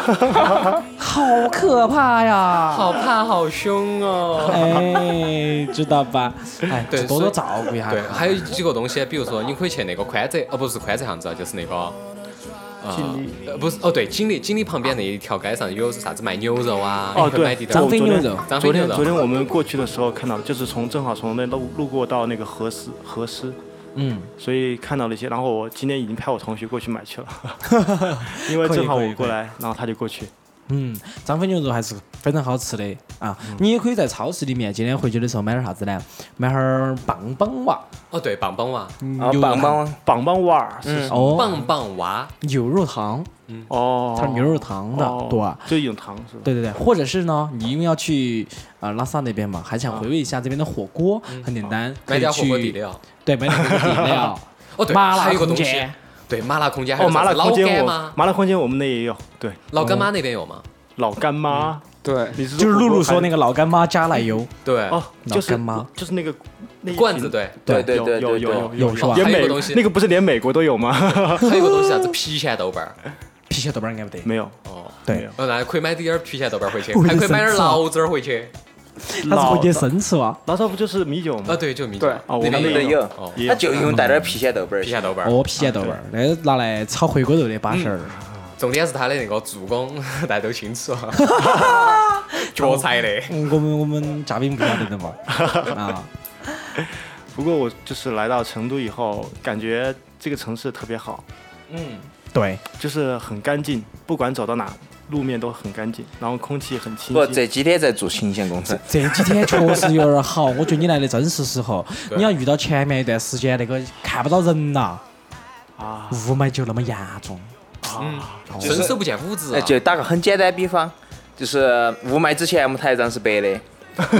Speaker 3: 好可怕 呀！
Speaker 4: 好怕，好 凶哦。
Speaker 3: 哎，知道吧？ 哎，
Speaker 4: 对
Speaker 3: 就多多
Speaker 4: 所
Speaker 3: 照顾一下。
Speaker 4: 对，还有几个东西，比如说你可以去那个宽窄，哦，不是宽窄巷子啊，就是那个。呃
Speaker 7: 锦里
Speaker 4: 呃，不是哦，对，锦里锦里旁边那一条街上有啥子卖牛肉啊，
Speaker 7: 哦
Speaker 4: 你可以
Speaker 7: 对
Speaker 4: 买点
Speaker 3: 张
Speaker 7: 我
Speaker 3: 飞
Speaker 7: 昨
Speaker 3: 牛
Speaker 7: 天
Speaker 3: 肉，
Speaker 4: 张飞
Speaker 7: 昨
Speaker 4: 牛
Speaker 7: 天昨
Speaker 4: 肉，
Speaker 7: 天我们过去的时候看到，就是从正好从那路路过到那个河市河市，
Speaker 3: 嗯，
Speaker 7: 所以看到了一些。然后我今天已经派我同学过去买 去了，因为正好我过来，然后他就过去。
Speaker 3: 嗯，张飞牛肉还是非常好吃的啊！
Speaker 4: 嗯
Speaker 3: 你也可以在超市里面，今天回去的时候买点啥子呢？买点儿棒棒娃，
Speaker 4: 哦对，棒棒娃，
Speaker 1: 啊，
Speaker 3: 牛肉
Speaker 1: 棒棒，
Speaker 7: 棒棒娃儿是什么
Speaker 3: 哦，
Speaker 4: 棒棒娃，
Speaker 3: 牛肉汤，
Speaker 7: 哦，
Speaker 3: 它是牛肉汤的，对吧
Speaker 7: 哦，就一种糖是吧？
Speaker 3: 对对对，或者是呢，你因为要去呃拉萨那边嘛，还想回味一下这边的火锅，很简单，可
Speaker 4: 嗯哦买
Speaker 3: 以
Speaker 4: 点火锅底
Speaker 3: 去
Speaker 4: 料。
Speaker 3: 对买点火锅底料，
Speaker 4: 哦对，
Speaker 3: 麻辣
Speaker 4: 还有一个
Speaker 3: 空
Speaker 4: 东西
Speaker 3: 间，
Speaker 4: 对，麻辣空间，还
Speaker 7: 哦，
Speaker 4: 有
Speaker 7: 麻辣
Speaker 4: 啥子
Speaker 7: 空
Speaker 4: 老
Speaker 7: 间
Speaker 4: 干
Speaker 7: 我
Speaker 4: 妈，
Speaker 7: 麻辣空间我们那也有，对，
Speaker 4: 老干
Speaker 3: 哦
Speaker 4: 妈那边有吗？
Speaker 7: 老干妈，
Speaker 1: 对，
Speaker 7: 你是
Speaker 3: 嗯就是露露说那
Speaker 7: 个
Speaker 3: 个老干妈加奶 油，
Speaker 4: 对，
Speaker 7: 哦，就是
Speaker 3: 老干妈
Speaker 7: 就是那个那一
Speaker 4: 罐子
Speaker 7: 群
Speaker 4: 对，
Speaker 1: 对对
Speaker 7: 有
Speaker 1: 对
Speaker 7: 有
Speaker 1: 对
Speaker 7: 有
Speaker 1: 对，
Speaker 3: 有是吧
Speaker 4: 还
Speaker 7: 连
Speaker 4: 有一个
Speaker 7: 美
Speaker 4: 东西
Speaker 7: 那个不是连美国都有吗？
Speaker 4: 还有一个东西啊啥子郫县豆瓣儿，
Speaker 3: 郫县豆瓣儿应该不得，
Speaker 7: 没有，
Speaker 4: 哦，
Speaker 3: 对
Speaker 7: 没有，
Speaker 4: 哦那可以买点儿郫县豆瓣儿回去，
Speaker 3: 为了
Speaker 4: 还可以买点儿
Speaker 3: 省事啊
Speaker 4: 醪糟儿回去。
Speaker 3: 它是回
Speaker 7: 老
Speaker 3: 去生吃哦哇。
Speaker 7: 老少不就是米酒
Speaker 4: 啊
Speaker 7: 吗？
Speaker 4: 对，就米酒
Speaker 1: 对，
Speaker 7: 哦，我
Speaker 4: 那边
Speaker 7: 们
Speaker 1: 那
Speaker 7: 也
Speaker 1: 边有
Speaker 4: 哦，
Speaker 7: 也
Speaker 1: 他
Speaker 7: 有
Speaker 1: 就用带点郫县豆瓣儿
Speaker 4: 郫，县豆瓣儿。
Speaker 3: 哦，郫县豆瓣儿，嗯那拿来炒回锅肉的把式儿。
Speaker 4: 重点是他的那个助攻， 大家都清楚，脚踩的。
Speaker 3: 嗯，我们我们嘉宾不晓得的 嘛。啊，
Speaker 7: 不过我就是来到成都以后，感觉这个城市特别好，
Speaker 3: 对，
Speaker 7: 就是很干净，不管走到哪，路面都很干净，然后空气很清
Speaker 1: 不，
Speaker 7: 新。
Speaker 1: 这几天在做形象工程，
Speaker 3: 这几天确实有点好，我觉得你来的真是时候。你要遇到前面一段时间那个看不到人呐，
Speaker 7: 啊
Speaker 3: 雾霾就那么严重。
Speaker 4: 嗯，伸手不见五指啊
Speaker 1: 哎，。就打个很简单比方，就是雾霾之前我们台长是白的，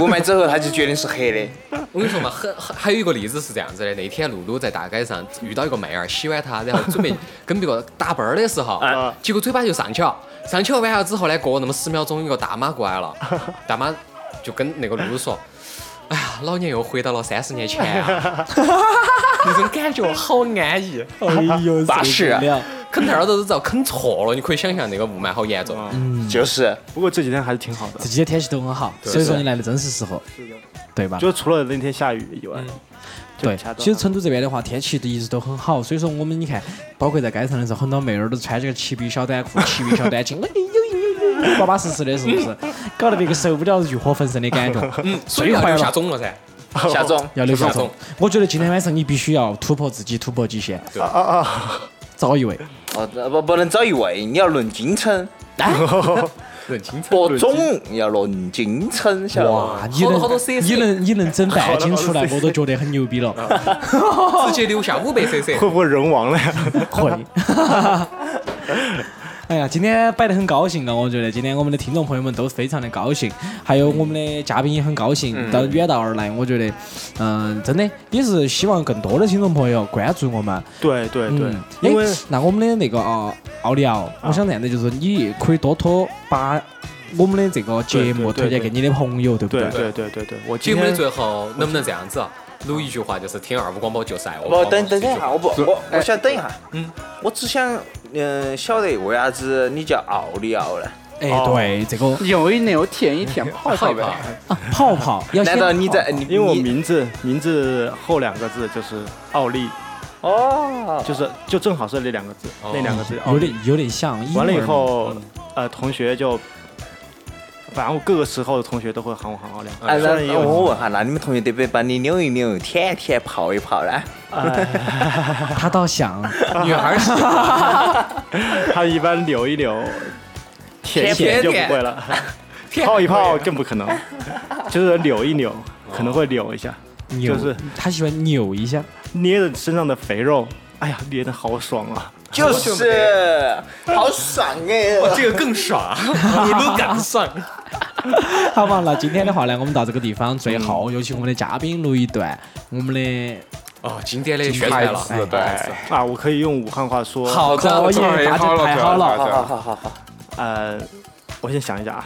Speaker 1: 雾霾之后他就决定是黑的。
Speaker 4: 我跟你说嘛，很很还有一个例子是这样子的，那天露露在大街上遇到一个妹儿，喜欢她，然后准备跟别个打啵儿的时候，结果嘴巴就上去了，上去了完了之后呢，过了那么十秒钟，一个大妈过来了，大妈就跟那个露露说。哎呀，老娘又回到了三十年前 啊！那种感觉好安逸，
Speaker 3: 哎 呦，
Speaker 1: 巴士啊
Speaker 3: 受不了
Speaker 4: 啃太儿都遭啃错了，你可以想象那个雾霾好严重。
Speaker 1: 就是
Speaker 7: 不过这几天还是挺好的
Speaker 3: 这，
Speaker 1: 嗯
Speaker 3: 几天天气都很好，所以说你来的真是时候，对吧？
Speaker 7: 就除了那天下雨以外，
Speaker 1: 嗯
Speaker 3: 对
Speaker 7: 就恰，到
Speaker 3: 其实成都这边的话，天气一直都很好，所以说我们你看，包括在街上的时候，很多妹儿都穿这个齐臂小短裤、齐臂小短裙，哎呦呦呦呦，巴巴适适的，是不是？搞得别个受不了欲火焚身的感 觉。嗯，
Speaker 4: 所以要留下种了 噻。
Speaker 1: 夏总，
Speaker 3: 要留下
Speaker 4: 下
Speaker 3: 种
Speaker 4: 种。
Speaker 3: 我觉得今天晚上你必须要突破自己，突破极限。
Speaker 4: 对啊
Speaker 3: 啊啊！找一位，
Speaker 1: 哦，不不能找一位，你要论斤称，
Speaker 4: 认清楚。
Speaker 1: 播种你要论斤称，晓得吗？
Speaker 3: 哇，你
Speaker 4: 好多好
Speaker 3: 能
Speaker 4: 多 CC
Speaker 3: 你能你能整半斤出来，我都觉得很牛逼
Speaker 4: 啊
Speaker 3: 了。
Speaker 4: 直接留下五百 CC
Speaker 7: 会。不会人亡了呀？
Speaker 3: 会。 哎呀，今天摆得很高兴啊！我觉得今天我们的听众朋友们都非常的高兴，还有我们的嘉宾也很高
Speaker 7: 嗯
Speaker 3: 兴，到远道而来。我觉得，嗯、真的也是希望更多的听众朋友关注我们。
Speaker 7: 对对对
Speaker 3: 嗯，
Speaker 7: 因为
Speaker 3: 呃哎那我们的那个啊，奥利奥，我想这样的，就是你可以多多把我们的这个节目推荐给你的朋友，对不
Speaker 7: 对对对对对，我
Speaker 4: 节
Speaker 7: 今
Speaker 4: 目的
Speaker 7: 天
Speaker 4: 最后能不能这样子啊？录一句话，就是听二五广播就是爱我。
Speaker 1: 不，等等一下，我不，我
Speaker 5: 哎
Speaker 1: 我想等一下。嗯，我只想嗯晓得为啥子你叫奥利奥呢？
Speaker 3: 哎，
Speaker 7: 哦
Speaker 3: 对这个
Speaker 5: 有一牛舔一舔泡泡呗，
Speaker 3: 啊泡泡要 先 哦
Speaker 1: 难道你在你
Speaker 7: 因为我
Speaker 1: 你
Speaker 7: 名字名字后两个字就是奥利，
Speaker 1: 哦，
Speaker 7: 就是就正好是那两个字，那两个字奥
Speaker 3: 有
Speaker 7: 利。
Speaker 3: 点有点像英文
Speaker 7: 完了以后，
Speaker 1: 嗯
Speaker 7: 呃，同学就，反正我各个时候的同学都会喊我喊奥利。
Speaker 1: 哎，那
Speaker 7: 虽然也
Speaker 1: 那我
Speaker 7: 有，
Speaker 1: 问下，那你们同学得不得把你扭一扭、舔一舔、泡一泡 呢？
Speaker 3: 他倒想
Speaker 4: 女孩儿喜欢
Speaker 7: 他一般扭一扭，舔一
Speaker 4: 舔
Speaker 7: 舔
Speaker 4: 一
Speaker 7: 就不
Speaker 4: 舔
Speaker 7: 会了，泡一泡更不可能， 就是扭一扭，可能会扭一下，
Speaker 3: 扭
Speaker 7: 就是，
Speaker 3: 他喜欢扭一下，
Speaker 7: 捏着身上的肥肉，哎呀，捏的好爽啊！
Speaker 1: 就是，好爽 哎！
Speaker 4: 这个更爽，你都敢上？
Speaker 3: 好吧，那今天的话呢，我们到这个地方，最后有请我们的嘉宾录一段我们的
Speaker 4: 哦，经典的宣传了，
Speaker 5: 是的，
Speaker 7: 啊，我可以用武汉话说，
Speaker 4: 好
Speaker 3: 可
Speaker 4: 的
Speaker 3: 以，
Speaker 5: 太
Speaker 3: 大家太好了，
Speaker 5: 好了。
Speaker 7: 呃，我先想一下啊。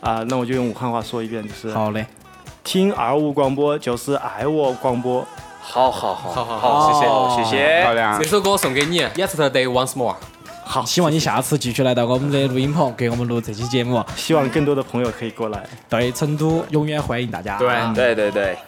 Speaker 7: 啊、那我就用武汉话说一遍，就是
Speaker 3: 好嘞，
Speaker 7: 听 R 五广播就是爱我广播。
Speaker 1: 好好好
Speaker 4: 好好好，谢
Speaker 3: 哦
Speaker 4: 谢。
Speaker 1: 谢谢
Speaker 3: 哎
Speaker 5: 漂。亮
Speaker 4: 这，首歌送给你，Yesterday Once More。
Speaker 3: 好，希望你下次继续来到我们的录音棚，给我们录这期节目。
Speaker 7: 希望更多的朋友可以过来。
Speaker 3: 对，成都永远欢迎大家。
Speaker 4: 对
Speaker 1: 对对对。